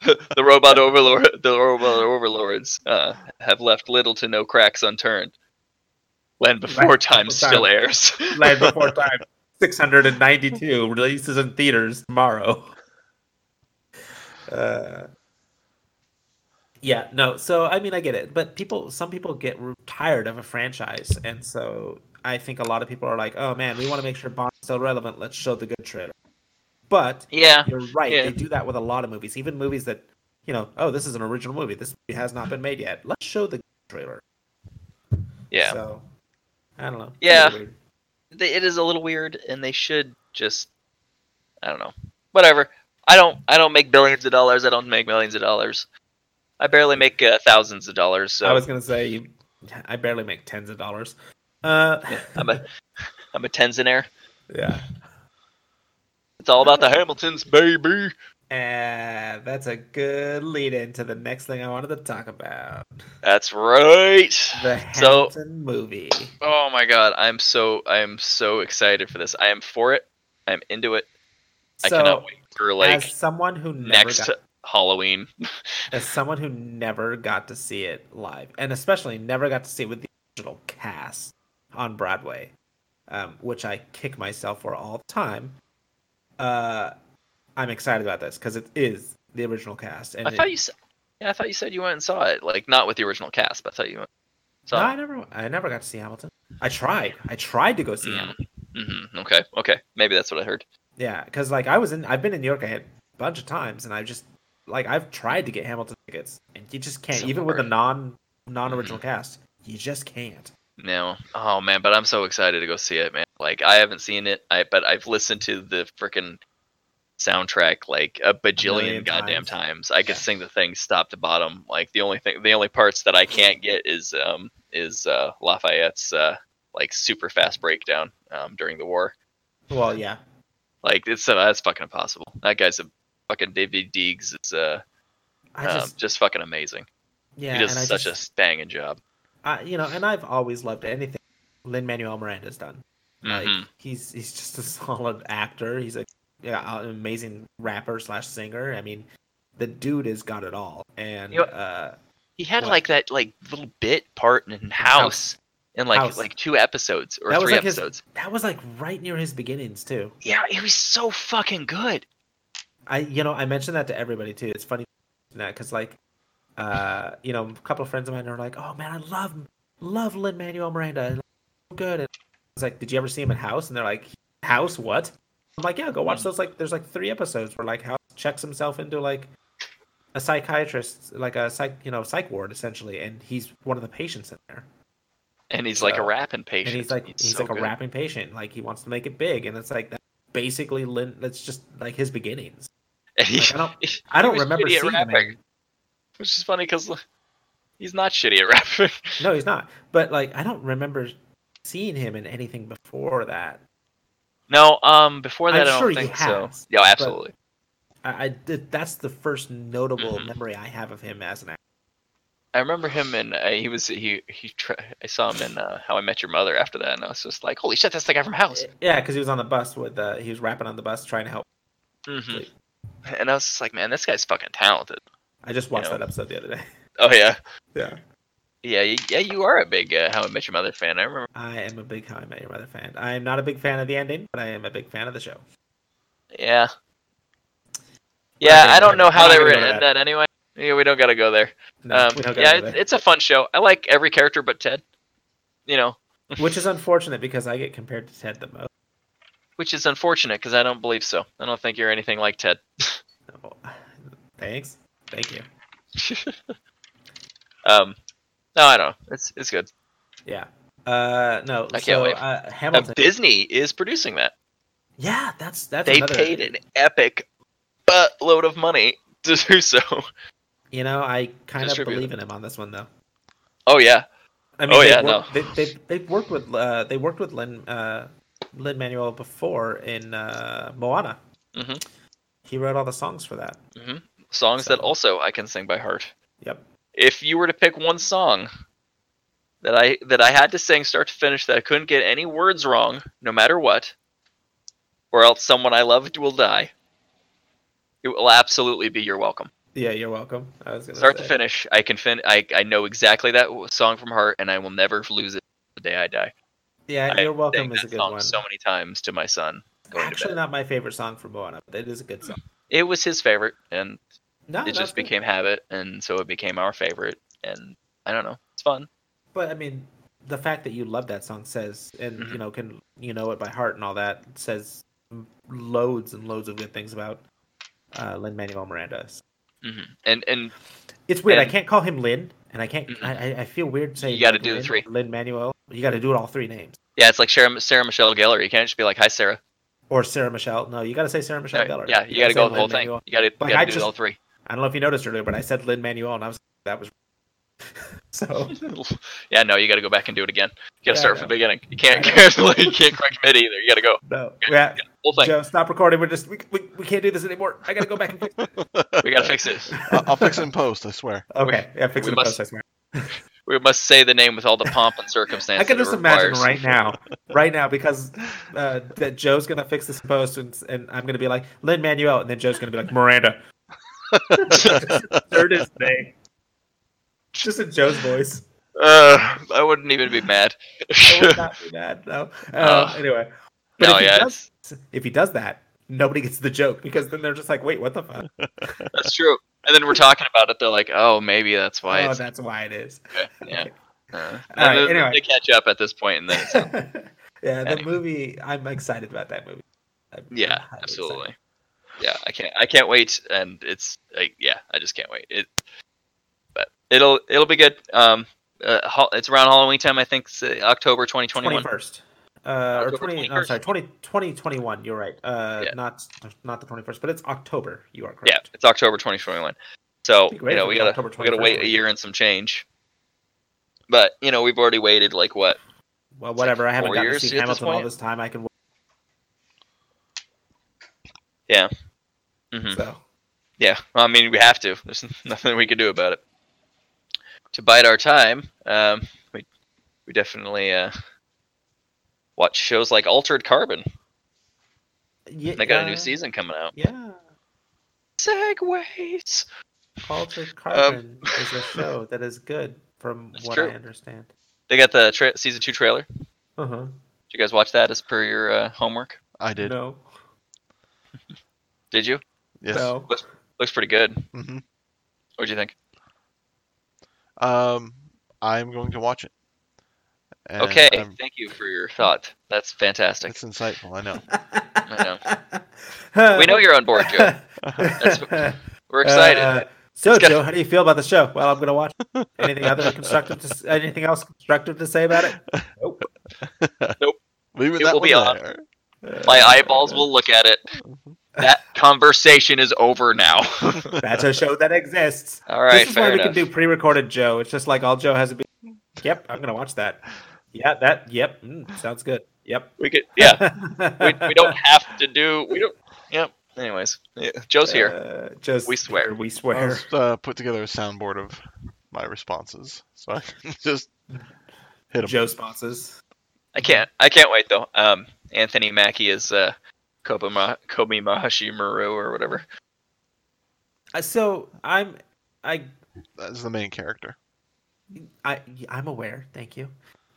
A: The robot overlord the robot overlords uh, have left little to no cracks unturned. Land Before
B: Land
A: Time
B: Before
A: still
B: Time.
A: airs.
B: Land Before Time 692 releases in theaters tomorrow. Uh, yeah, no. So I mean, I get it, but people, some people get r- tired of a franchise, and so I think a lot of people are like, "Oh man, we want to make sure Bond's still relevant. Let's show the good trailer." But
A: yeah.
B: you're right;
A: Yeah.
B: they do that with a lot of movies, even movies that, you know, oh, this is an original movie. This movie has not been made yet. Let's show the good trailer.
A: Yeah.
B: So I don't know. It's
A: Yeah.
B: weird.
A: they, it is a little weird and they should just i don't know whatever i don't i don't make billions of dollars i don't make millions of dollars i barely make uh, thousands of dollars so
B: I was gonna say you, I barely make tens of dollars. Uh,
A: i'm a i'm a tenzinaire
B: yeah,
A: it's all about the hamiltons baby
B: and that's a good lead into the next thing I wanted to talk about:
A: that's right
B: the
A: So-
B: Hamilton movie.
A: oh my god i'm so i'm so excited for this i am for it i'm into it i
B: So,
A: cannot wait for like
B: as someone who never
A: next
B: got,
A: halloween
B: as someone who never got to see it live, and especially never got to see it with the original cast on Broadway, um, which I kick myself for all the time. Uh, I'm excited about this because it is the original cast, and
A: i
B: it
A: thought you s- yeah, i thought you said you went and saw it like not with the original cast but i thought you went and
B: No,
A: saw
B: I never, I never got to see Hamilton. I tried. I tried to go see
A: Mm.
B: Hamilton.
A: hmm Okay. Okay. Maybe that's what I heard.
B: Yeah, because like I was in, I've been in New York a bunch of times, and I just like I've tried to get Hamilton tickets, and you just can't.
A: So
B: even with a
A: hard. Mm.
B: non non original cast, you just can't.
A: No. Oh man, but I'm so excited to go see it, man. Like I haven't seen it, I but I've listened to the freaking soundtrack like a bajillion
B: million
A: goddamn times. I could
B: Yeah.
A: sing the thing stop to bottom. Like the only thing, the only parts that I can't get is um is uh Lafayette's uh like super fast breakdown um during the war.
B: Well, yeah,
A: Like it's uh, that's fucking impossible. That guy's a fucking David Deegs is uh
B: I
A: um,
B: just
A: just, fucking amazing.
B: yeah,
A: he does
B: and I
A: such
B: just,
A: a banging job.
B: I- you know, and I've always loved anything Lin Manuel Miranda's done. Like
A: Mhm.
B: he's he's just a solid actor. He's a yeah, an amazing rapper slash singer. I mean, the dude has got it all. And
A: You know-
B: uh,
A: He had
B: What?
A: like that like little bit part in House, in like
B: House.
A: like two episodes or
B: That was
A: three
B: like his-
A: episodes.
B: that was like right near his beginnings too.
A: Yeah, it was so fucking good.
B: I you know I mentioned that to everybody too. It's funny that because like, uh, you know, a couple of friends of mine are like, "Oh man, I love love Lin Manuel Miranda, and so good." And I was like, "Did you ever see him in House?" And they're like, "House what?" I'm like, "Yeah, go watch those." Like, there's like three episodes where like House checks himself into like a psychiatrist, like a psych, you know, psych ward essentially, and he's one of the patients in there,
A: And he's like
B: Yeah.
A: a rapping patient.
B: and he's like
A: It's
B: he's
A: so
B: like
A: good.
B: a rapping patient, like he wants to make it big, and it's like that's basically Lin. That's just like his beginnings.
A: And he-
B: Like, I don't.
A: he
B: I don't
A: was
B: remember
A: shitty at
B: seeing him. in-
A: rapping, which is funny because he's not shitty at rapping.
B: No, he's not. But like, I don't remember seeing him in anything before that.
A: no, um, before that
B: I'm
A: I
B: sure
A: don't
B: he
A: think so.
B: has,
A: Yeah, absolutely.
B: I, I did, that's the first notable
A: Mhm.
B: memory I have of him as an actor.
A: I remember him and uh, he was he he. Tra- I saw him in uh, How I Met Your Mother after that, and I was just like, holy shit, that's the guy from House.
B: Yeah, because he was on the bus with uh, he was rapping on the bus trying to help.
A: hmm
B: Like-
A: And I was just like, man, this guy's fucking talented.
B: I just watched
A: Yeah.
B: that episode the other day.
A: Oh yeah.
B: Yeah,
A: Yeah, y- yeah, you are a big uh, How I Met Your Mother fan. I remember.
B: I am a big How I Met Your Mother fan. I am not a big fan of the ending, but I am a big fan of the show.
A: Yeah. Yeah,
B: okay,
A: I don't know
B: we're
A: how
B: not
A: they
B: gonna
A: were
B: go to
A: in that anyway. Yeah, we don't gotta go there.
B: No,
A: um,
B: we don't go
A: yeah,
B: there.
A: it's, it's a fun show. I like every character but Ted. You know,
B: which is unfortunate because I get compared to Ted the most.
A: which is unfortunate because I don't believe so. I don't think you're anything like Ted.
B: No. Oh, Thanks, thank you.
A: um, no, I don't. know. It's it's good.
B: Yeah. Uh, no.
A: I can't
B: so,
A: wait.
B: Uh,
A: Uh,
B: Hamilton.
A: Disney is producing that.
B: Yeah, that's that's
A: They
B: another-
A: paid an epic buttload of money to do so.
B: You know, I kind of
A: Distribute
B: believe in him on this one though.
A: Oh yeah,
B: I mean,
A: Oh,
B: they
A: yeah,
B: worked, they, they they worked with uh, they worked with Lin uh, Lin Manuel before in uh, Moana.
A: Mhm.
B: He wrote all the songs for that.
A: songs that
B: So-
A: also I can sing by heart.
B: Yep.
A: if you were to pick one song that I that I had to sing start to finish that I couldn't get any words wrong, no matter what, or else someone I loved will die, it will absolutely be "You're Welcome."
B: Yeah, you're welcome. I was gonna
A: Start to
B: say.
A: finish, I can fin- I I know exactly that w- song from heart, and I will never lose it the day I die.
B: Yeah,
A: I
B: you're
A: Sang
B: welcome is
A: that
B: a good
A: song
B: one.
A: so many times to my son. Going to
B: Actually,
A: bed.
B: not my favorite song from Moana, but it is a good song.
A: It was his favorite, and Hmm. it
B: No, Ah, that's
A: just
B: good.
A: became habit, and so it became our favorite. And I don't know, it's fun.
B: But I mean, the fact that you love that song says, and
A: Mm-hmm.
B: you know, can you know it by heart and all that says loads and loads of good things about uh, Lin Manuel Miranda.
A: hmm And and
B: It's weird. I
A: And-
B: can't call him Lin, and I can't.
A: Mhm.
B: I, I- I feel weird saying.
A: You gotta
B: like
A: do the
B: Lin,
A: three.
B: Lin Manuel. You got to do it all three names.
A: yeah, it's like Sarah, Sarah Michelle Gellar. You can't just be like, "Hi, Sarah."
B: Or Sarah Michelle. No, you got to say Sarah Michelle
A: No,
B: Gellar.
A: Uh, Yeah, you got to
B: say
A: go the whole thing.
B: Lin-Manuel.
A: You got to
B: Like,
A: gotta
B: I
A: do
B: just-
A: all three.
B: I don't know if you noticed earlier, but I said Lin Manuel, and I was that was so.
A: yeah, no, you got to go back and do it again. You got to
B: Yeah, I
A: start from
B: know.
A: the beginning. You can't,
B: I
A: you can't correct mid either. You got to go
B: No, yeah,
A: whole thing.
B: Joe, stop recording. We're just we, we, we can't do this anymore. I gotta go back and fix it.
A: We got to fix it.
C: I- I'll fix it in post. I swear.
B: Okay, yeah, fix
A: we
B: it.
A: must-
B: Must, I swear.
A: We must say the name with all the pomp and circumstance.
B: I can
A: that it
B: just imagine
A: requires.
B: right now, right now, because uh, that Joe's gonna fix this post, and, and I'm gonna be like Lin Manuel, and then Joe's gonna be like Miranda. Third is name. Just in Joe's voice.
A: Uh, I wouldn't even be mad.
B: I would not be mad. No. Um,
A: Ugh.
B: anyway, but
A: Uh, no,
B: if,
A: yeah,
B: he
A: it's,
B: does, if he does that, nobody gets the joke because then they're just like, wait, what the fuck?
A: that's true. And then we're talking about it. They're like, "Oh, maybe that's why."
B: oh,
A: it's
B: that's why it is.
A: okay. Yeah. Uh,
B: All right,
A: and then
B: anyway.
A: They catch up at this point, and then it's,
B: Yeah, the
A: Anyway.
B: movie. I'm excited about that movie. I'm- I'm
A: Yeah,
B: highly
A: absolutely. Yeah, I can't. I can't wait, and it's like, yeah, I just can't wait. It, but it'll it'll be good. Um, uh, hol- it's around Halloween time. I think it's, uh, October twenty twenty
B: Twenty
A: one.
B: first.
A: Oh,
B: Uh, or
A: October
B: 20, no,
A: 21st.
B: sorry, 20, 2021, You're right. Uh,
A: Yeah.
B: not not the twenty first, but it's October. You are
A: Yeah,
B: correct.
A: it's October twenty twenty one. So
B: Be great
A: you know
B: if
A: we
B: it's
A: gotta
B: October
A: we gotta wait a
B: 21st.
A: year and some change. But you know we've already waited like what?
B: Well, whatever. I haven't
A: four
B: gotten to
A: years
B: see
A: at this
B: Hamilton all
A: point?
B: this time. I can.
A: Yeah. Mhm.
B: So
A: Yeah, well, I mean we have to. There's nothing we can do about it. To bide our time, um, we we definitely uh, watch shows like Altered Carbon.
B: yeah,
A: They got a
B: yeah,
A: new season coming out.
B: Yeah,
A: Segways.
B: Altered Carbon is a show that is good, from
A: Um, That's
B: what
A: true.
B: I understand.
A: They got the tra- season two trailer. Did
B: Uh huh.
A: you guys watch that as per your uh, homework?
C: I did.
B: No.
A: Did you?
C: Yes.
B: No.
A: Looks pretty good.
C: hmm
A: What do you think?
C: Um, I'm going to watch it. And
A: okay,
C: I'm-
A: thank you for your thought. That's fantastic.
C: It's insightful. I know.
A: We know you're on board, Joe. We're excited.
B: Uh, so,
A: It's got-
B: Joe, how do you feel about the show? Well, I'm going to watch. it. Anything other constructive? To, s- anything else constructive to say about it?
C: Leaving
A: It
C: that
A: will
C: one
A: be on.
C: there.
B: Uh,
A: My eyeballs will look at it. That conversation is over now.
B: That's a show that exists.
A: All right,
B: this is why
A: fair
B: we
A: enough.
B: can do pre-recorded Joe. It's just like all Joe has to be. Yep, I'm going to watch that. Yeah, that. Yep, mm, sounds good. Yep.
A: we could, yeah. We, we don't have to do. We don't. Yep. Anyways, yeah, Joe's here.
B: Uh, just
A: We swear.
B: We
C: I
B: swear.
C: just, uh, put together a soundboard of my responses, so I can just hit them.
B: Joe sponsors.
A: I can't. I can't wait though. Um, Anthony Mackie is uh, Kobe, Ma- Kobe Mahashimaru or whatever.
B: Uh, So I'm, I,
C: That's the main character.
B: I, I'm aware. Thank you.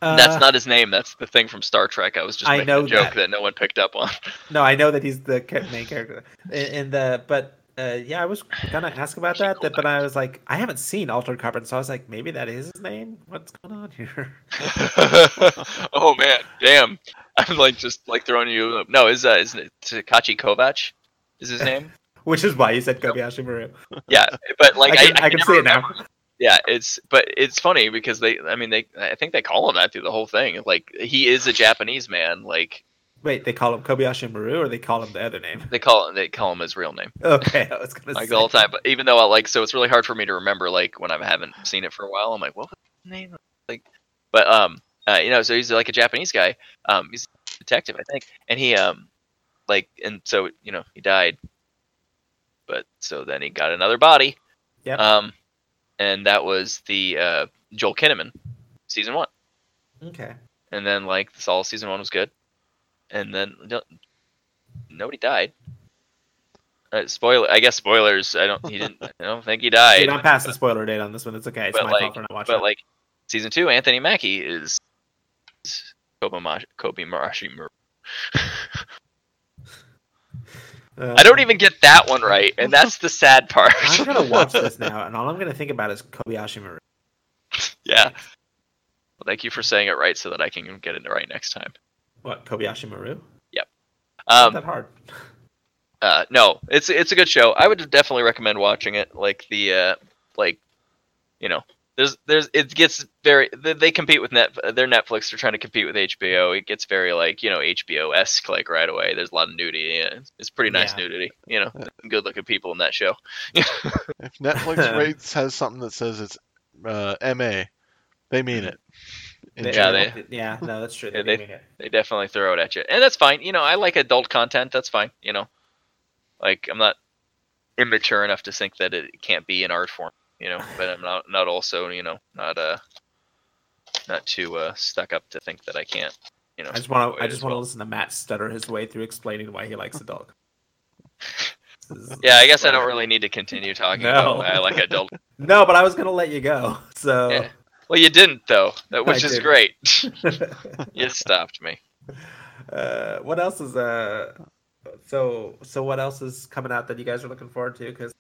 A: That's
B: Uh,
A: not his name. That's the thing from Star Trek. I was just
B: I
A: making
B: know
A: a joke
B: that.
A: that. no one picked up on.
B: No, I know that he's the ca- main character in, in the. But uh, yeah, I was gonna ask about
A: She
B: that,
A: called
B: that, but I was like, I haven't seen Altered Carbon, so I was like, maybe that is his name. What's going on here?
A: oh man, damn! I'm like just like throwing you. No, is uh, is it Takachi Kovacs? Is his name?
B: Which is why you said Kobayashi Maru.
A: yeah, but like
B: I
A: I,
B: can, I can
A: never
B: see it now.
A: remember. Yeah, it's but it's funny because they. I mean, they. I think they call him that through the whole thing. Like he is a Japanese man. Like
B: Wait, they call him Kobayashi Maru, or they call him the other name?
A: they call they call him his real name.
B: Okay, I was gonna
A: like
B: say
A: the whole time. But even though I like, so it's really hard for me to remember. Like when I haven't seen it for a while, I'm like, what was his name? Like, but um, uh, you know, so he's like a Japanese guy. Um, he's a detective, I think, and he um, like, and so you know, he died. But so then he got another body.
B: Yep.
A: Um, and that was the uh, Joel Kinnaman, season one.
B: Okay,
A: And then like this all season one was good, and then no- nobody died. Uh, spoiler, I guess spoilers. I don't. He didn't. I don't think he died.
B: Dude, I'm past the spoiler date on this one. It's okay. It's
A: but,
B: my
A: like-
B: fault for not watching.
A: But like season two, Anthony Mackie is is Kobamash, Kobe Marashi. Mur-
B: it. Uh,
A: I don't even get that one right, and that's the sad part.
B: I'm gonna watch this now, and all I'm gonna think about is Kobayashi Maru.
A: yeah. Well, thank you for saying it right, so that I can get it right next time.
B: What Kobayashi Maru? Not
A: Um,
B: that hard.
A: uh, no, it's it's a good show. I would definitely recommend watching it. Like the uh, like, you know, there's there's it gets very they, they compete with net their Netflix. They're trying to compete with HBO. It gets very like you know HBO esque like right away. There's a lot of nudity. in it. It's pretty nice
B: Yeah.
A: nudity. You know, good looking people in that show.
C: If Netflix rates has something that says it's uh, MA, they mean it. In
B: They-
A: Yeah,
C: general.
A: they-
B: yeah, no, that's true.
A: Yeah,
B: They
A: they-
B: do mean it.
A: They definitely throw it at you, and that's fine. You know, I like adult content. That's fine. You know, like I'm not immature enough to think that it can't be an art form. You know, but I'm not not also you know not uh not too uh stuck up to think that I can't. You know,
B: I just want
A: enjoy
B: to. I
A: it
B: just
A: as
B: want to
A: well.
B: listen to Matt stutter his way through explaining why he likes adult. This is-
A: Yeah, I guess I don't really need to continue talking
B: No.
A: about why I like adult.
B: No, but I was gonna let you go. So
A: Yeah. Well, you didn't though, that- which
B: I
A: is
B: didn't.
A: great. you stopped me.
B: uh, what else is uh? So so what else is coming out that you guys are looking forward to? Because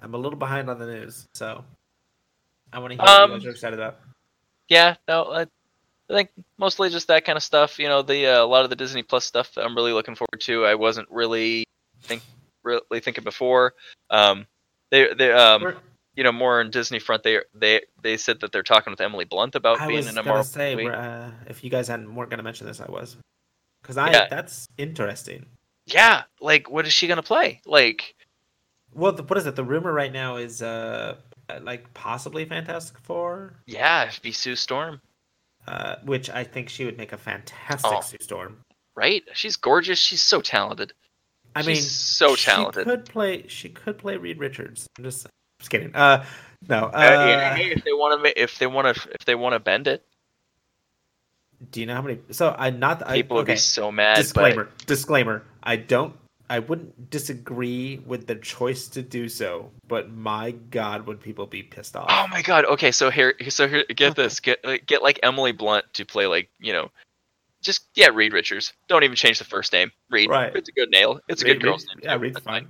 B: I'm a little behind on the news, so I want to hear what
A: Um,
B: you guys are excited about.
A: Yeah, no, uh, I think mostly just that kind of stuff. You know, the uh, a lot of the Disney Plus stuff that I'm really looking forward to. I wasn't really think really thinking before. Um, they they um,
B: We're-
A: you know more on Disney front. They they they said that they're talking with Emily Blunt about
B: I
A: being
B: was
A: in a
B: gonna
A: Marvel
B: say
A: movie.
B: we're, uh, if you guys hadn't weren't gonna mention this, I was because I
A: Yeah.
B: that's interesting.
A: Yeah, like what is she gonna play? Like
B: Well, the, what is it? The rumor right now is uh like possibly Fantastic Four,
A: yeah, it'd be Sue Storm,
B: uh, which I think she would make a fantastic
A: Oh.
B: Sue Storm.
A: right? She's gorgeous. She's so talented.
B: I
A: She's
B: mean,
A: so talented.
B: She could uh, play. She could play Reed Richards. I'm just, just kidding. Uh, no. Uh,
A: Uh, yeah, hey, if they want to, if they want to, if they want to bend it,
B: Do you know how many? So I not. I,
A: people would
B: okay.
A: be so mad.
B: disclaimer. Disclaimer. I don't. I wouldn't disagree with the choice to do so, but my God, would people be pissed off?
A: But, oh my god. Okay, so here, so here, get this. Get like, get like Emily Blunt to play like you know, just yeah, Reed Richards. Don't even change the first name. Reed.
B: Right.
A: It's a good nail. It's a
B: Reed-
A: good girl's
B: Reed-
A: name.
B: Yeah,
A: too.
B: Reed's
A: That's
B: fine.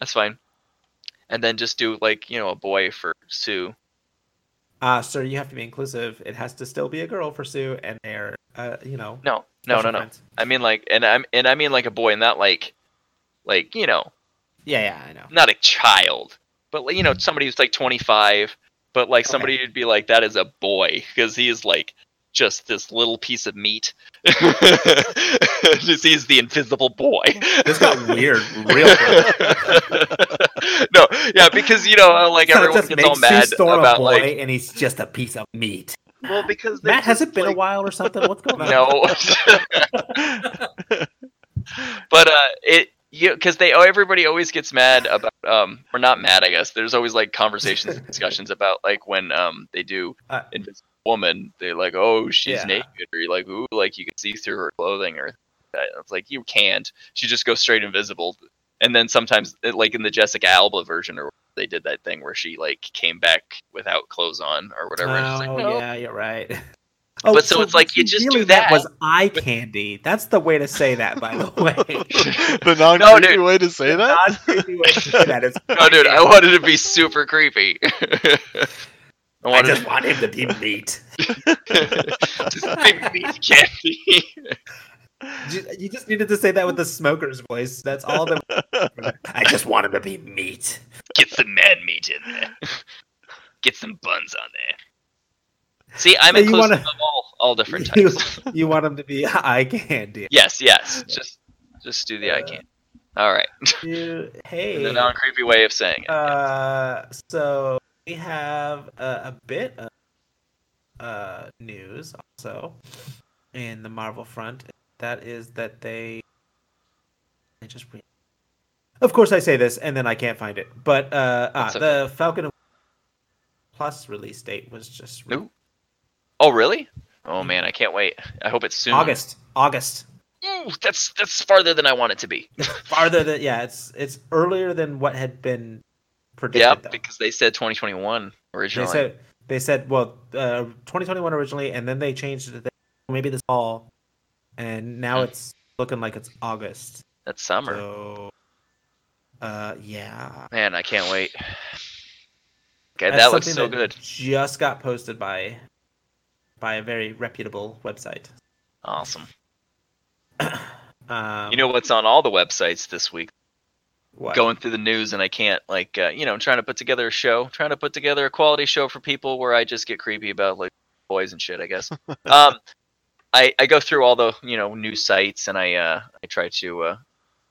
A: That's fine. And then just do like you know a boy for Sue.
B: Uh, sir, you have to be inclusive. It has to still be a girl for Sue, and they're, uh, you know.
A: No, no, no,
B: special
A: no.
B: friends.
A: I mean like, and I'm and I mean like a boy, and not like, like you know,
B: Yeah, yeah, I know.
A: not a child, but like, you know, somebody who's like 25, but like
B: Mm. Okay.
A: somebody who'd be like, that is a boy, because he is like just this little piece of meat. just he's the invisible boy.
B: This got weird, real quick.
A: no, yeah, because you know, like
B: So it
A: everyone
B: just
A: gets all
B: makes Sue
A: mad
B: Storm a
A: about
B: boy,
A: like,
B: and he's just a piece of meat.
A: well, because they
B: Matt, has
A: just,
B: it been
A: like,
B: a while or something? What's going on?
A: No. but uh it you because they oh everybody always gets mad about um or not mad I guess there's always like conversations and discussions about like when um they do
B: Uh,
A: Invisible Woman they're like oh she's
B: Yeah.
A: naked or you're like ooh like you can see through her clothing or that. it's like you can't she just goes straight invisible and then sometimes it- like in the Jessica Alba version or they did that thing where she like came back without clothes on or whatever and it's like,
B: Oh,
A: no.
B: yeah, you're right. Oh,
A: But so it's like,
B: what
A: you just do
B: really
A: that.
B: meant was eye candy. That's the way to say that, by the way.
C: the non
A: No,
C: creepy
A: dude.
C: way to say that?
B: Not creepy way to say that. It's-
A: No, Oh, dude, I wanted to be super creepy. I
B: I
A: wanted
B: just want him to be meat.
A: to just big meat candy.
B: You you just needed to say that with the smoker's voice. That's all that. I just want him to be meat.
A: Get some man meat in there. Get some buns on there. See, I'm
B: So you
A: inclusive
B: wanna-
A: of all, all different
B: You-
A: types.
B: You want him to be eye candy.
A: yes, yes. Just just do the I
B: Uh,
A: can't. All right.
B: You- hey.
A: The non creepy way of saying it.
B: Uh, so we have uh, a bit of uh, news also in the Marvel front. That is that they. I just. Re- of course, I say this and then I can't find it. But uh, ah,
A: That's
B: the Falcon and- Plus release date was just re-
A: Ooh, oh, really? Oh man, I can't wait. I hope it's soon.
B: August. August.
A: Ooh, that's that's farther than I want it to be.
B: Farther than yeah, it's it's earlier than what had been predicted.
A: Yep,
B: though.
A: because they said 2021 originally.
B: They said they said well, uh, 2021 originally, and then they changed it. to Maybe this fall, and now
A: Hmm.
B: it's looking like it's August.
A: that's summer.
B: So, uh, yeah,
A: Man, I can't wait. Okay,
B: That's
A: that looks so
B: something that
A: good.
B: Just got posted by by a very reputable website.
A: Awesome.
B: Um,
A: You know what's on all the websites this week?
B: what?
A: Going through the news, and I can't like, uh, you know, I'm trying to put together a show, trying to put together a quality show for people where I just get creepy about like boys and shit. I guess. um, I I go through all the you know news sites, and I uh I try to uh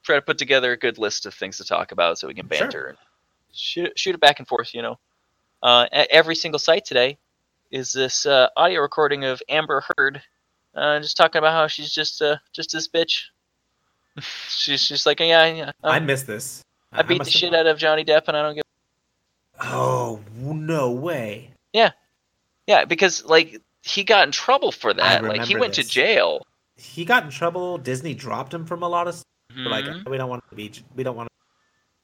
A: try to put together a good list of things to talk about so we can
B: Sure.
A: banter and shoot shoot it back and forth. You know, uh, at every single site today is this uh, audio recording of Amber Heard, uh, just talking about how she's just uh, just this bitch. she's just like, yeah, yeah
B: I
A: um,
B: missed this.
A: I beat the shit out of Johnny Depp, and I don't give.
B: Oh no way!
A: Yeah, because like he got in trouble for that. Like he
B: remember
A: went
B: this.
A: to jail.
B: He got in trouble. Disney dropped him from a lot of stuff. Like we don't want to be. We don't
A: Mm-hmm.
B: want.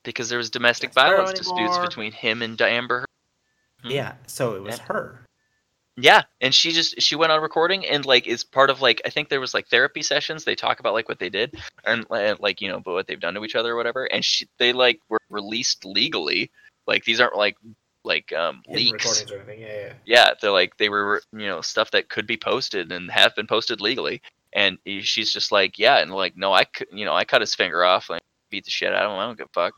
A: because there was domestic
B: That's her
A: violence disputes
B: anymore.
A: between him and Amber. Heard.
B: to
A: Mhm.
B: Yeah. So it was
A: Yeah.
B: her.
A: Yeah, and she just she went on recording and like is part of like I think there was like therapy sessions. They talk about like what they did and uh, like you know but what they've done to each other or whatever. And she they like were released legally. Like these aren't like like um,
B: Hidden
A: leaks.
B: recordings or anything. Yeah, yeah.
A: Yeah, they're like they were you know stuff that could be posted and have been posted legally. And he- she's just like, yeah, and like no, I could you know I cut his finger off, like beat the shit out of him. I don't give a fuck.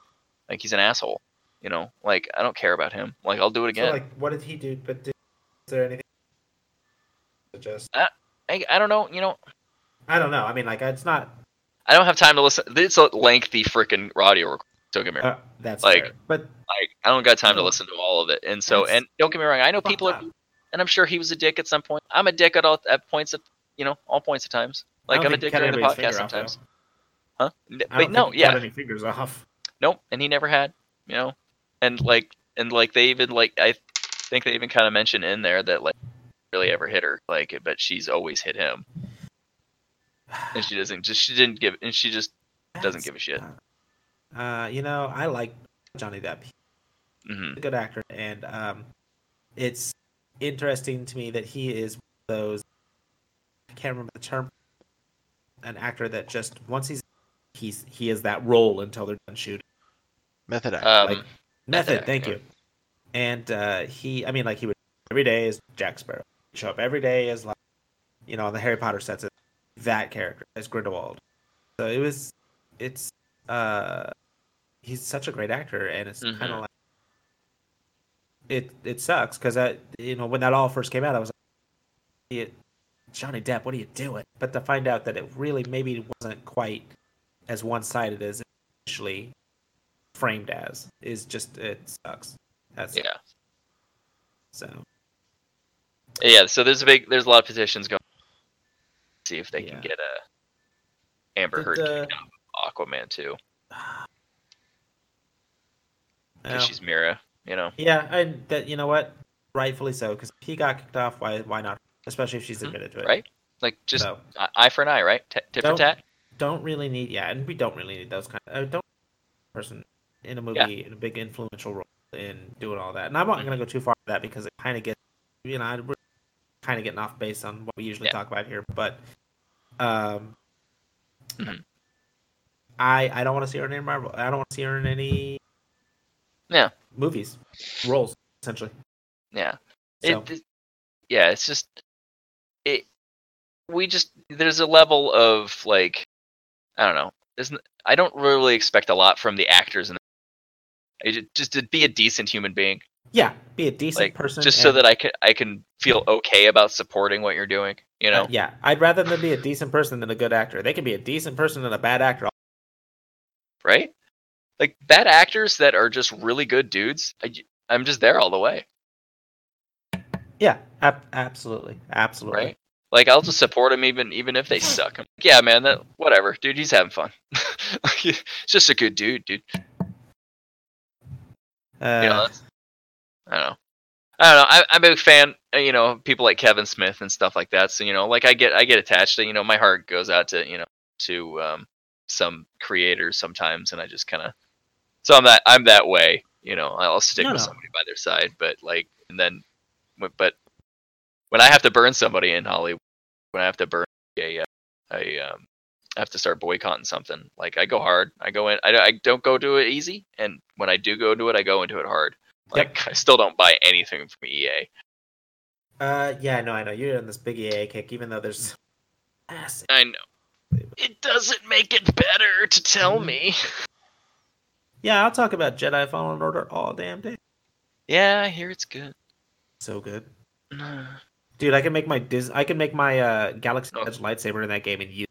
A: Like he's an asshole. You know, like I don't care about him. Like I'll do it
B: So,
A: again.
B: like, what did he do? But did, is there anything? Just
A: I, I don't know. You know,
B: I don't know. I mean, like, it's not.
A: I don't have time to listen. It's a lengthy freaking audio recording. Don't get me wrong.
B: Uh, that's
A: Like-
B: fair. but
A: like I don't got time to listen to all of it. And so,
B: That's
A: and don't get me wrong, I know
B: fucked
A: people are,
B: up.
A: and I'm sure he was a dick at some point. I'm a dick at all at points of you know all points of times.
B: I
A: Like
B: don't
A: I'm a
B: think he
A: dick
B: cut
A: during the
B: anybody's finger
A: podcast
B: off, though.
A: sometimes, huh? N-
B: I
A: But
B: don't
A: no,
B: think he cut
A: yeah,
B: any fingers off.
A: nope, and he never had, you know, and like and like they even like I think they even kind of mention in there that like really ever hit her like but she's always hit him and she doesn't just she didn't give and she just doesn't give a shit
B: Uh, you know, I like Johnny Depp.
A: hmm
B: a good actor, and um, it's interesting to me that he is one of those. I can't remember the term. An actor that just once he's he's he is that role until they're done shooting.
C: Method act.
A: um,
B: Like- Method,
A: actor,
B: thank
A: yeah.
B: you. And uh, he, I mean, like he would every day is Jack Sparrow. He'd show up every day as like, you know, on the Harry Potter sets, as that character as Grindelwald. So it was, it's, uh, he's such a great actor, and it's
A: Mhm.
B: kind of like, it it sucks because I, you know, when that all first came out, I was like, it, Johnny Depp, what are you doing? But to find out that it really maybe wasn't quite as one sided as initially framed as is just it sucks. That's
A: yeah
B: so
A: Yeah, so there's a big, there's a lot of petitions going. See if they can
B: Yeah.
A: get a Amber
B: Did,
A: Heard
B: uh,
A: kicked off Aquaman too,
B: well,
A: because she's Mira. You know,
B: yeah, and that you know what, rightfully so, because he got kicked off. Why why not? Especially if she's
A: Mhm,
B: admitted to it,
A: right? Like just
B: So
A: eye- eye for an eye, right? T- tip for
B: Don't-
A: tat.
B: don't really need yeah, and we don't really need those kind. Of, uh, don't person in a movie in a big influential role in doing all that. And I'm not
A: Mhm.
B: going to go too far with that because it kind of gets you know we're kind of getting off base on what we usually
A: Yeah.
B: talk about here, but um.
A: Mhm.
B: I, I don't want to see her in any Marvel. I don't want to see her in any
A: Yeah.
B: movies, roles essentially.
A: Yeah.
B: So,
A: It, it- yeah, it's just it. We just there's a level of like I don't know. Isn't I don't really expect a lot from the actors and just to be a decent human being.
B: yeah, be a decent
A: like,
B: person.
A: just so
B: and-
A: that I can I can feel okay about supporting what you're doing. You know,
B: Uh, yeah, I'd rather them be a decent person than a good actor. They can be a decent person and a bad actor.
A: right? Like bad actors that are just really good dudes. I, am just there all the way,
B: Yeah, ab- absolutely, absolutely.
A: right? Like I'll just support them even even if they suck. I'm like, yeah, man, that whatever, dude. He's having fun. Like, it's just a good dude, dude.
B: Uh,
A: You know, that's- I don't know. I don't know. I, I'm a big fan, uh, you know, people like Kevin Smith and stuff like that. So you know, like I get, I get attached to, you know, my heart goes out to, you know, to um, some creators sometimes, and I just kind of, so I'm that, I'm that way. You know, I'll stick
B: No,
A: with
B: no.
A: somebody by their side, but like, and then, but- but when I have to burn somebody in Hollywood, when I have to burn a, uh, a, um, I have to start boycotting something. Like I go hard. I go in. I, I don't go do it easy. And when I do go do it, I go into it hard. Like
B: Yep.
A: I still don't buy anything from E EA.
B: uh, yeah, no, I know you're on this big EA kick, even though there's massive.
A: I know it doesn't make it better to tell
B: Mm.
A: me.
B: Yeah, I'll talk about Jedi Fallen Order all damn day.
A: Yeah, I hear it's good.
B: So good,
A: No.
B: dude. I can make my Dis- I can make my uh, Galaxy
A: Oh.
B: Edge lightsaber in that game and use.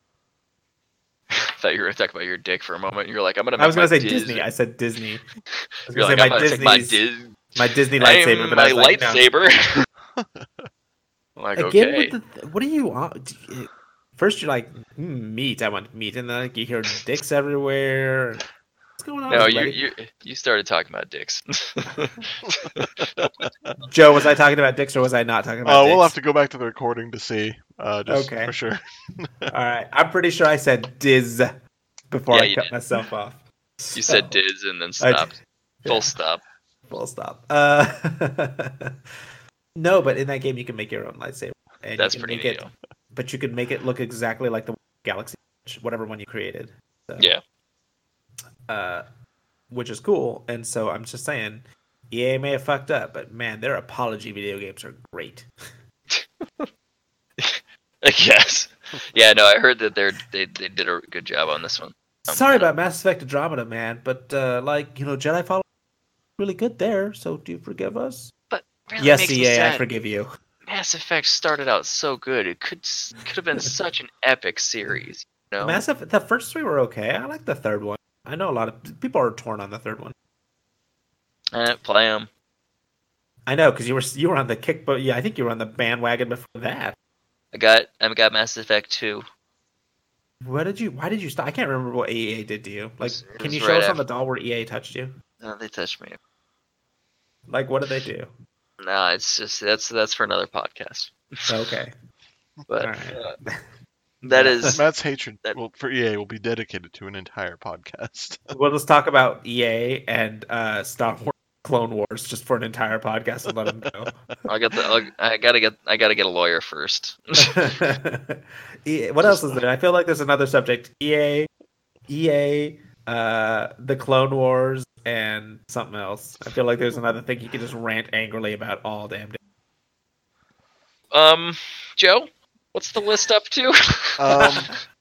A: I thought you were talking about your dick for a moment. You're like, I'm gonna.
B: I was
A: make
B: gonna
A: my
B: say
A: Dis-
B: Disney. I said Disney. I was
A: You're like,
B: gonna say
A: I'm
B: my
A: gonna take my
B: Disney's-
A: Dis-
B: my Disney
A: I'm
B: lightsaber, but
A: my
B: I was like, no.
A: lightsaber. I'm like,
B: Again,
A: okay.
B: with the, th- what are you on? d- uh, First, you're like mm, meat. I want meat, and then like, you hear dicks everywhere. What's going on?
A: No, you,
B: everybody?
A: you you started talking about dicks.
B: Joe, was I talking about dicks or was I not talking about?
C: Uh, we'll have
B: dicks?
C: to go back to the recording to see, uh, just
B: Okay.
C: for sure.
B: All right, I'm pretty sure I said diz before
A: Yeah,
B: I
A: you
B: cut
A: did.
B: myself off.
A: you said diz and then
B: I-
A: stopped.
B: yeah.
A: Full stop.
B: Full stop. Uh, no, but in that game you can make your own lightsaber. And you
A: That's
B: can
A: pretty
B: make
A: neat.
B: it, But you can make it look exactly like the Galaxy, Edge, whatever one you created. So,
A: Yeah.
B: uh, which is cool. And so I'm just saying, EA may have fucked up, but man, their apology video games are great.
A: I guess. Yeah, no, I heard that they're they, they did a good job on this one. Um,
B: Sorry
A: and I-
B: about Mass Effect Andromeda, man, but uh, like you know, Jedi Fallen really good there. So do you forgive us?
A: But really
B: yes,
A: makes me
B: EA, I
A: sad.
B: forgive you.
A: Mass Effect started out so good. It could s- could have been such an epic series. You know?
B: Mass Effect. The first three were okay. I like the third one. I know a lot of people are torn on the third one.
A: I didn't Eh, play 'em.
B: I know because you were you were on the kick, but yeah, I think you were on the bandwagon before that.
A: I got I got Mass Effect two.
B: What did you? Why did you stop? I can't remember what EA did to you. Like,
A: was- it
B: can
A: was
B: you
A: right
B: show us on
A: after-
B: the doll where EA touched you?
A: No, they touched me.
B: Like, what did they do?
A: No, it's just that's that's for another podcast.
B: Okay,
A: But
B: All right.
A: uh, that is
C: Matt's hatred
A: that-
C: will, for EA will be dedicated to an entire podcast.
B: we'll just talk about EA and uh, Star Wars Clone Wars just for an entire podcast and let them go.
A: I got the I'll, I gotta get I gotta get a lawyer first.
B: EA, E, what else is there? I feel like there's another subject. E EA, EA, uh, the Clone Wars, and something else. I feel like there's another thing you could just rant angrily about all damn day.
A: um, Joe, what's the list up to?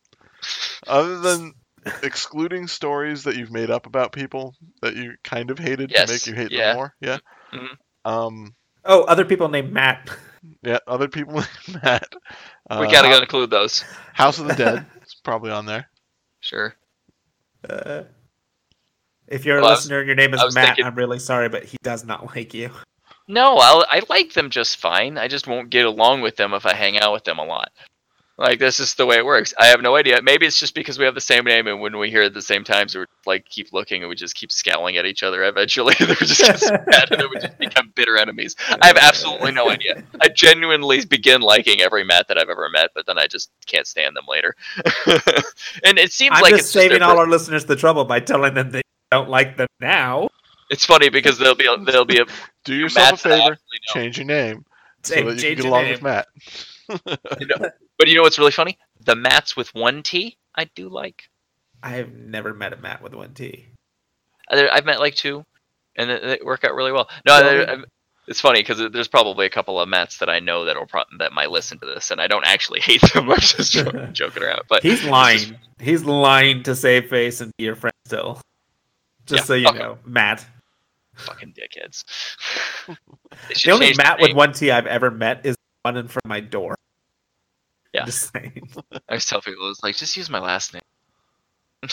C: Um, other than excluding stories that you've made up about people that you kind of hated
A: Yes,
C: to make you hate
A: yeah.
C: them more, yeah.
A: Mhm.
C: Um,
B: Oh, other people named Matt.
C: yeah, other people like Matt.
A: we
C: Uh,
A: gotta go include those.
C: House of the Dead is probably on there.
A: Sure.
B: Uh, if you're a
A: Well, I was-
B: listener and your name is
A: I was
B: Matt,
A: thinking-
B: I'm really sorry, but he does not like you.
A: No, I'll, I like them just fine. I just won't get along with them if I hang out with them a lot. Like that's just the way it works. I have no idea. Maybe it's just because we have the same name, and when we hear it at the same times, we are like keep looking, and we just keep scowling at each other. Eventually, they're just gonna get mad, and then we just become bitter enemies. I have absolutely no idea. I genuinely begin liking every Matt that I've ever met, but then I just can't stand them later. and it seems
B: I'm
A: like
B: just
A: it's
B: saving
A: just their
B: all our listeners the trouble by telling them they don't like them now.
A: It's funny because they'll be they'll be a
C: Do
A: Matt's
C: yourself a
A: that I
C: favor,
A: actually know.
C: change your name so
B: Say,
C: that you can
B: change
C: get
B: your
C: along
B: name.
C: with Matt.
A: But you know what's really funny? The mats with one T, I do like.
B: I have never met a Matt with one T.
A: I- there- I've met like two, and they, they work out really well. No,
B: Really?
A: there- I've- it's funny because there's probably a couple of mats that I know that'll pro- that might listen to this, and I don't actually hate them. I'm just joking, joking around. But
B: He's lying. He's lying to save face and be your friend still. Just
A: Yeah,
B: so you
A: okay.
B: know, Matt.
A: fucking dickheads.
B: The only Matt with one T I've ever met is the one in front of my door.
A: Yeah.
B: Just saying.
A: I always tell people it's like just use my last name.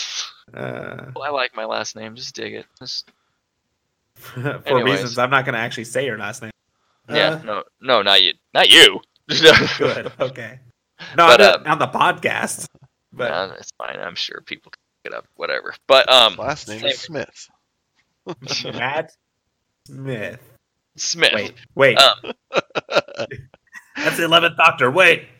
B: Uh,
A: Well, I like my last name. Just dig it. Just
B: for
A: Anyways.
B: reasons I'm not going to actually say your last name.
A: yeah.
B: Uh,
A: No, no, not you. Not you.
B: good. Okay. No,
A: But, uh,
B: I'm not on the podcast. But
A: No, it's fine. I'm sure people can pick it up. Whatever. But um,
C: Last name is Smith.
B: Matt Smith.
A: Smith.
B: Wait, wait.
A: Um.
B: That's the eleventh Doctor. Wait.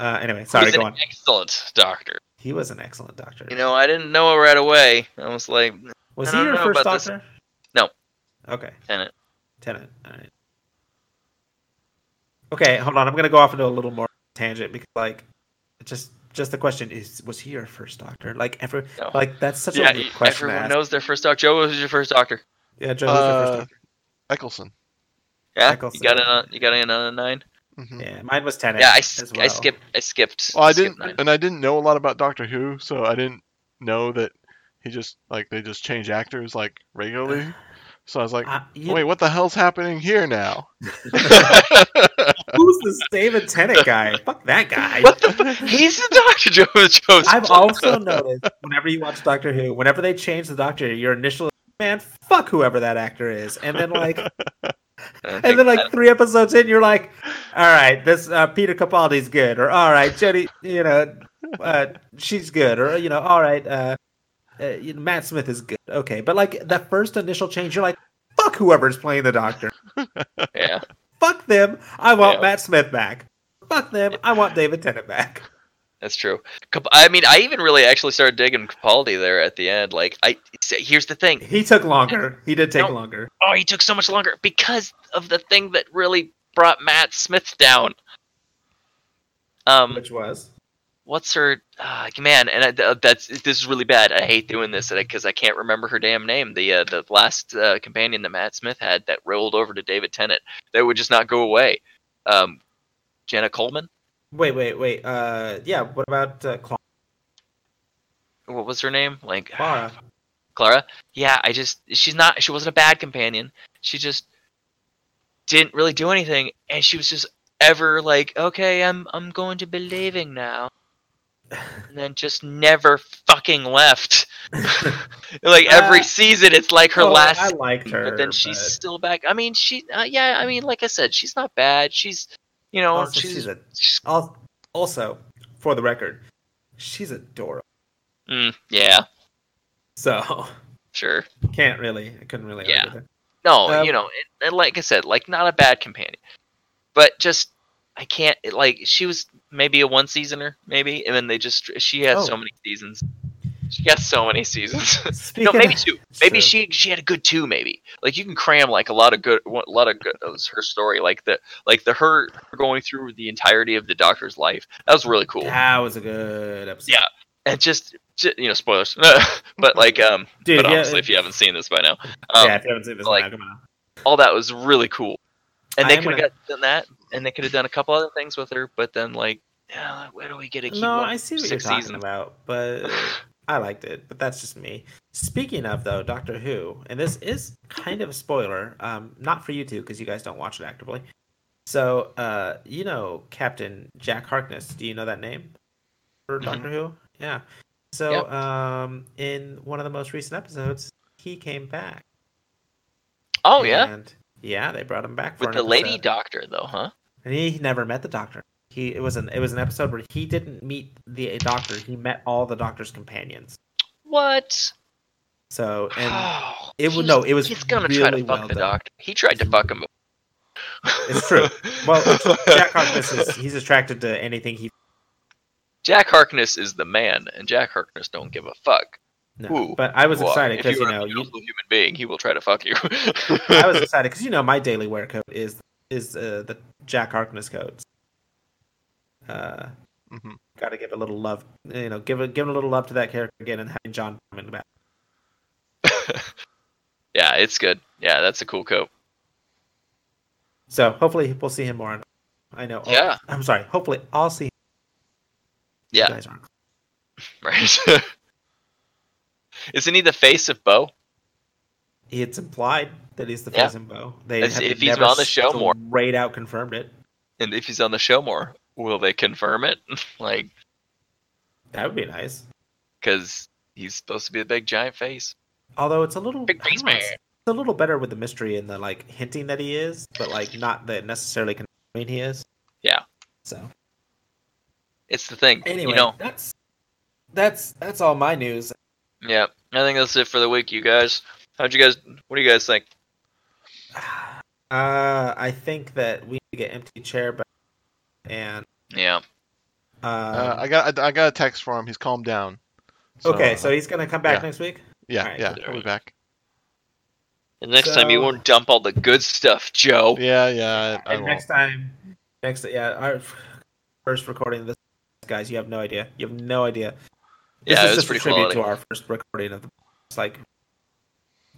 B: Uh, anyway, sorry.
A: He's
B: Go
A: an
B: on.
A: excellent doctor.
B: He was an excellent doctor.
A: You know, I didn't know it right away. I was like,
B: was
A: I
B: he
A: don't
B: your
A: know
B: first
A: about this.
B: doctor?
A: No.
B: Okay,
A: Tenet.
B: Tenant. All right. Okay, hold on. I'm gonna go off into a little more tangent because, like, just just the question is, was he your first doctor? Like, every
A: No.
B: like that's such
A: yeah,
B: a
A: you-
B: weird question. to
A: everyone
B: ask.
A: knows their first doctor. Joe was your first doctor.
B: Yeah, Joe was your first
C: Uh,
B: doctor.
C: Eccleston.
A: Yeah,
B: Eccleston.
A: you got in. On, you got in on a nine.
C: Mhm.
B: Yeah, mine was Tenant.
A: Yeah, I, s-
B: as
A: I
B: well.
A: skipped. I skipped.
C: Well, I
A: skipped
C: didn't,
A: nine.
C: and I didn't know a lot about Doctor Who, so I didn't know that he just like they just change actors like regularly. So I was like,
B: Uh, you-
C: wait, what the hell's happening here now?
B: who's this David Tennant guy? Fuck that guy.
A: What the? fu- He's the doctor. Joe was Joe's.
B: I've also noticed whenever you watch Doctor Who, whenever they change the Doctor, your initial man, fuck whoever that actor is, and then like,
A: I don't think-
B: and then
A: I
B: like
A: don't-
B: three episodes in, you're like, all right, this uh, Peter Capaldi's good, or all right, Jodie, you know, uh, she's good, or you know, all right, uh, uh, you know, Matt Smith is good, okay, but like that first initial change, you're like, fuck whoever's playing the Doctor,
A: yeah.
B: fuck them, I want
A: Yeah.
B: Matt Smith back, fuck them, I want David Tennant back.
A: That's true. Cap- I mean, I even really actually started digging Capaldi there at the end. Like, I say, here's the thing.
B: He took longer. He did take
A: No.
B: longer.
A: oh, he took so much longer because of the thing that really brought Matt Smith down. Um,
B: Which was
A: what's her uh, man? And I, th- that's this is really bad. I hate doing this because I can't remember her damn name. The uh, the last uh, companion that Matt Smith had that rolled over to David Tennant that would just not go away. Um, Jenna Coleman.
B: Wait, wait, wait. Uh, yeah. What about uh, Clara?
A: What was her name? Like
B: Clara?
A: Clara. Yeah, I just she's not she wasn't a bad companion. She just didn't really do anything, and she was just ever like, okay, I'm I'm going to believing now, and then just never fucking left. like every
B: Uh,
A: season, it's like her
B: Oh,
A: last.
B: I liked her,
A: but then she's
B: but-
A: still back. I mean, she uh, yeah. I mean, like I said, she's not bad. She's you know
B: also,
A: she's,
B: she's a
A: she's-
B: al- also for the record, she's adorable.
A: mm, yeah
B: So
A: sure
B: can't really, I couldn't really.
A: Yeah.
B: Argue with
A: no
B: Um,
A: you know and, and like I said like not a bad companion, but just I can't it, like she was maybe a one seasoner maybe and then they just she had so
B: Oh.
A: many seasons. She got so many seasons.
B: it.
A: no,
B: Speaking
A: maybe
B: of-
A: two.
B: it's
A: Maybe
B: true.
A: she she had a good two. Maybe like you can cram like a lot of good, a lot of good. That was her story. Like the like the her going through the entirety of the doctor's life. That was really cool.
B: that was a good episode.
A: Yeah. And just, ju- you know spoilers, but like um,
B: Dude,
A: but
B: yeah,
A: obviously if you haven't seen this by now, um,
B: yeah, if you haven't seen this,
A: like-
B: now, come on.
A: all that was really cool. And
B: I
A: they
B: am
A: could have
B: gonna-
A: done that, and they could have done a couple other things with her. But then like, yeah, where do we get a keep
B: No,
A: going
B: I see what you're
A: six
B: talking
A: seasons?
B: about, but I liked it. But that's just me. Speaking of though, Doctor Who, and this is kind of a spoiler, um, not for you two because you guys don't watch it actively. So, uh, you know, Captain Jack Harkness. Do you know that name for
A: Mhm.
B: Doctor Who? Yeah. So,
A: Yep.
B: um, in one of the most recent episodes, he came back.
A: Oh yeah,
B: and- yeah, they brought him back for
A: with
B: an
A: the lady
B: episode.
A: doctor though, huh?
B: And he never met the doctor. He it was an it was an episode where he didn't meet the doctor. He met all the doctor's companions.
A: What?
B: So and
A: Oh,
B: it would-
A: he's-
B: no, it was
A: He's gonna try to
B: really
A: fuck
B: well
A: the
B: done.
A: doctor. He tried to fuck him.
B: It's true. well, Jack Harkness is he's attracted to anything he.
A: Jack Harkness is the man, and Jack Harkness don't give a fuck.
B: No.
A: Ooh,
B: but I was
A: Well,
B: excited
A: if
B: because you
A: are
B: know
A: a
B: you,
A: beautiful human being, he will try to fuck you.
B: I was excited because you know my daily wear coat is is uh, the Jack Harkness coats. Uh,
C: hmm
B: got to give a little love, you know, give a give a little love to that character again, and having John coming back.
A: yeah, it's good. Yeah, that's a cool coat.
B: So hopefully we'll see him more. on- I know. oh,
A: Yeah.
B: I'm sorry. Hopefully I'll see.
A: Yeah.
B: You guys aren't.
A: Right. Isn't he the face of Bo?
B: It's implied that he's the
A: Yeah.
B: face and bow. They
A: It's-
B: have
A: if he's
B: never
A: on the show more.
B: straight out confirmed it.
A: And if he's on the show more, will they confirm it? like,
B: That would be nice.
A: because he's supposed to be a big giant face.
B: Although it's a little,
A: Big
B: I don't
A: face
B: know, it's,
A: man.
B: it's a little better with the mystery and the like hinting that he is, but like not that necessarily confirming he is.
A: Yeah.
B: So
A: It's the thing.
B: anyway,
A: You know,
B: that's that's that's all my news.
A: yeah. I think that's it for the week, you guys. How'd you guys, what do you guys think?
B: Uh, I think that we need to get empty chair, but and
A: Yeah.
B: uh,
C: uh, I got I, I got a text from him. He's calmed down.
B: okay,
C: uh,
B: so he's gonna come back
C: yeah.
B: next week.
C: yeah,
B: alright,
C: yeah,
A: so-
C: he'll be back.
A: And next time you
B: So-
A: won't dump all the good stuff, Joe.
C: Yeah, yeah. I, I
B: and
C: won't.
B: next time, next yeah, our first recording of this, guys, you have no idea. You have no idea. This
A: Yeah,
B: is
A: it was
B: just
A: pretty
B: a tribute
A: quality.
B: to our first recording of the. It's like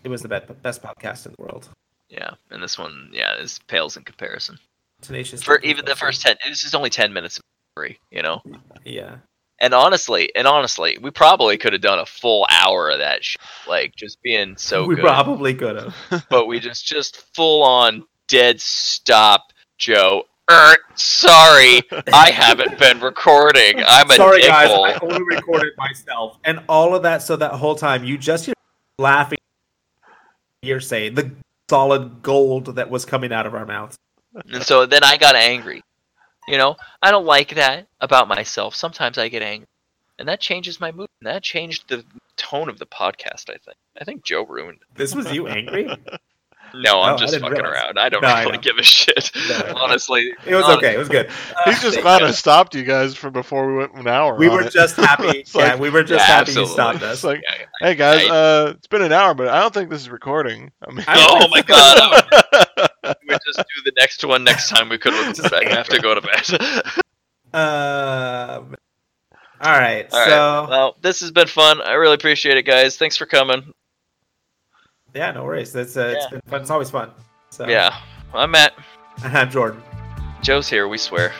B: it was the best, best podcast in the world.
A: Yeah, and this one, yeah, this pales in comparison.
B: Tenacious.
A: For
B: D was
A: even the
B: awesome.
A: first ten, this is only ten minutes of free, you know.
B: Yeah.
A: And honestly, and honestly, we probably could have done a full hour of that, sh- like just being so
B: we
A: good.
B: probably could have.
A: But we just, just full on dead stop, Joe. Er, sorry, I haven't been recording. I'm a
B: Sorry, guys.
A: dickhole.
B: I only recorded myself, and all of that. So that whole time, you just hear laughing. You're saying the solid gold that was coming out of our mouths.
A: And so then I got angry. You know, I don't like that about myself. Sometimes I get angry. And that changes my mood. And that changed the tone of the podcast, I think. I think Joe ruined it.
B: This was you angry.
A: No,
B: Oh,
A: I'm
B: I
A: just
B: didn't
A: fucking
B: realize.
A: around. I don't
B: No, I
A: really
B: know.
A: give a shit.
B: No.
A: Honestly.
B: It was
A: honest-
B: okay. It was good.
C: He's just
A: Uh,
C: glad
A: yeah.
C: I stopped you guys from before we went an hour.
B: We
C: on
B: were
C: it.
B: just happy.
C: It's
B: yeah,
C: like-
B: we were just
A: Yeah,
B: happy you
A: absolutely.
B: stopped
C: It's
B: us.
C: like,
A: Yeah, yeah.
C: hey guys,
A: Yeah.
C: uh, it's been an hour, but I don't think this is recording. I mean,
B: I-
A: Oh my god. I would- we just do the next one next time we could record. I have to go to bed.
B: Um, All right.
A: All right.
B: so
A: Well, this has been fun. I really appreciate it, guys. Thanks for coming.
B: yeah, no worries. That's uh, it's
A: Yeah.
B: been fun. It's always fun. So
A: Yeah. I'm Matt.
B: I'm Jordan.
A: Joe's here. We swear.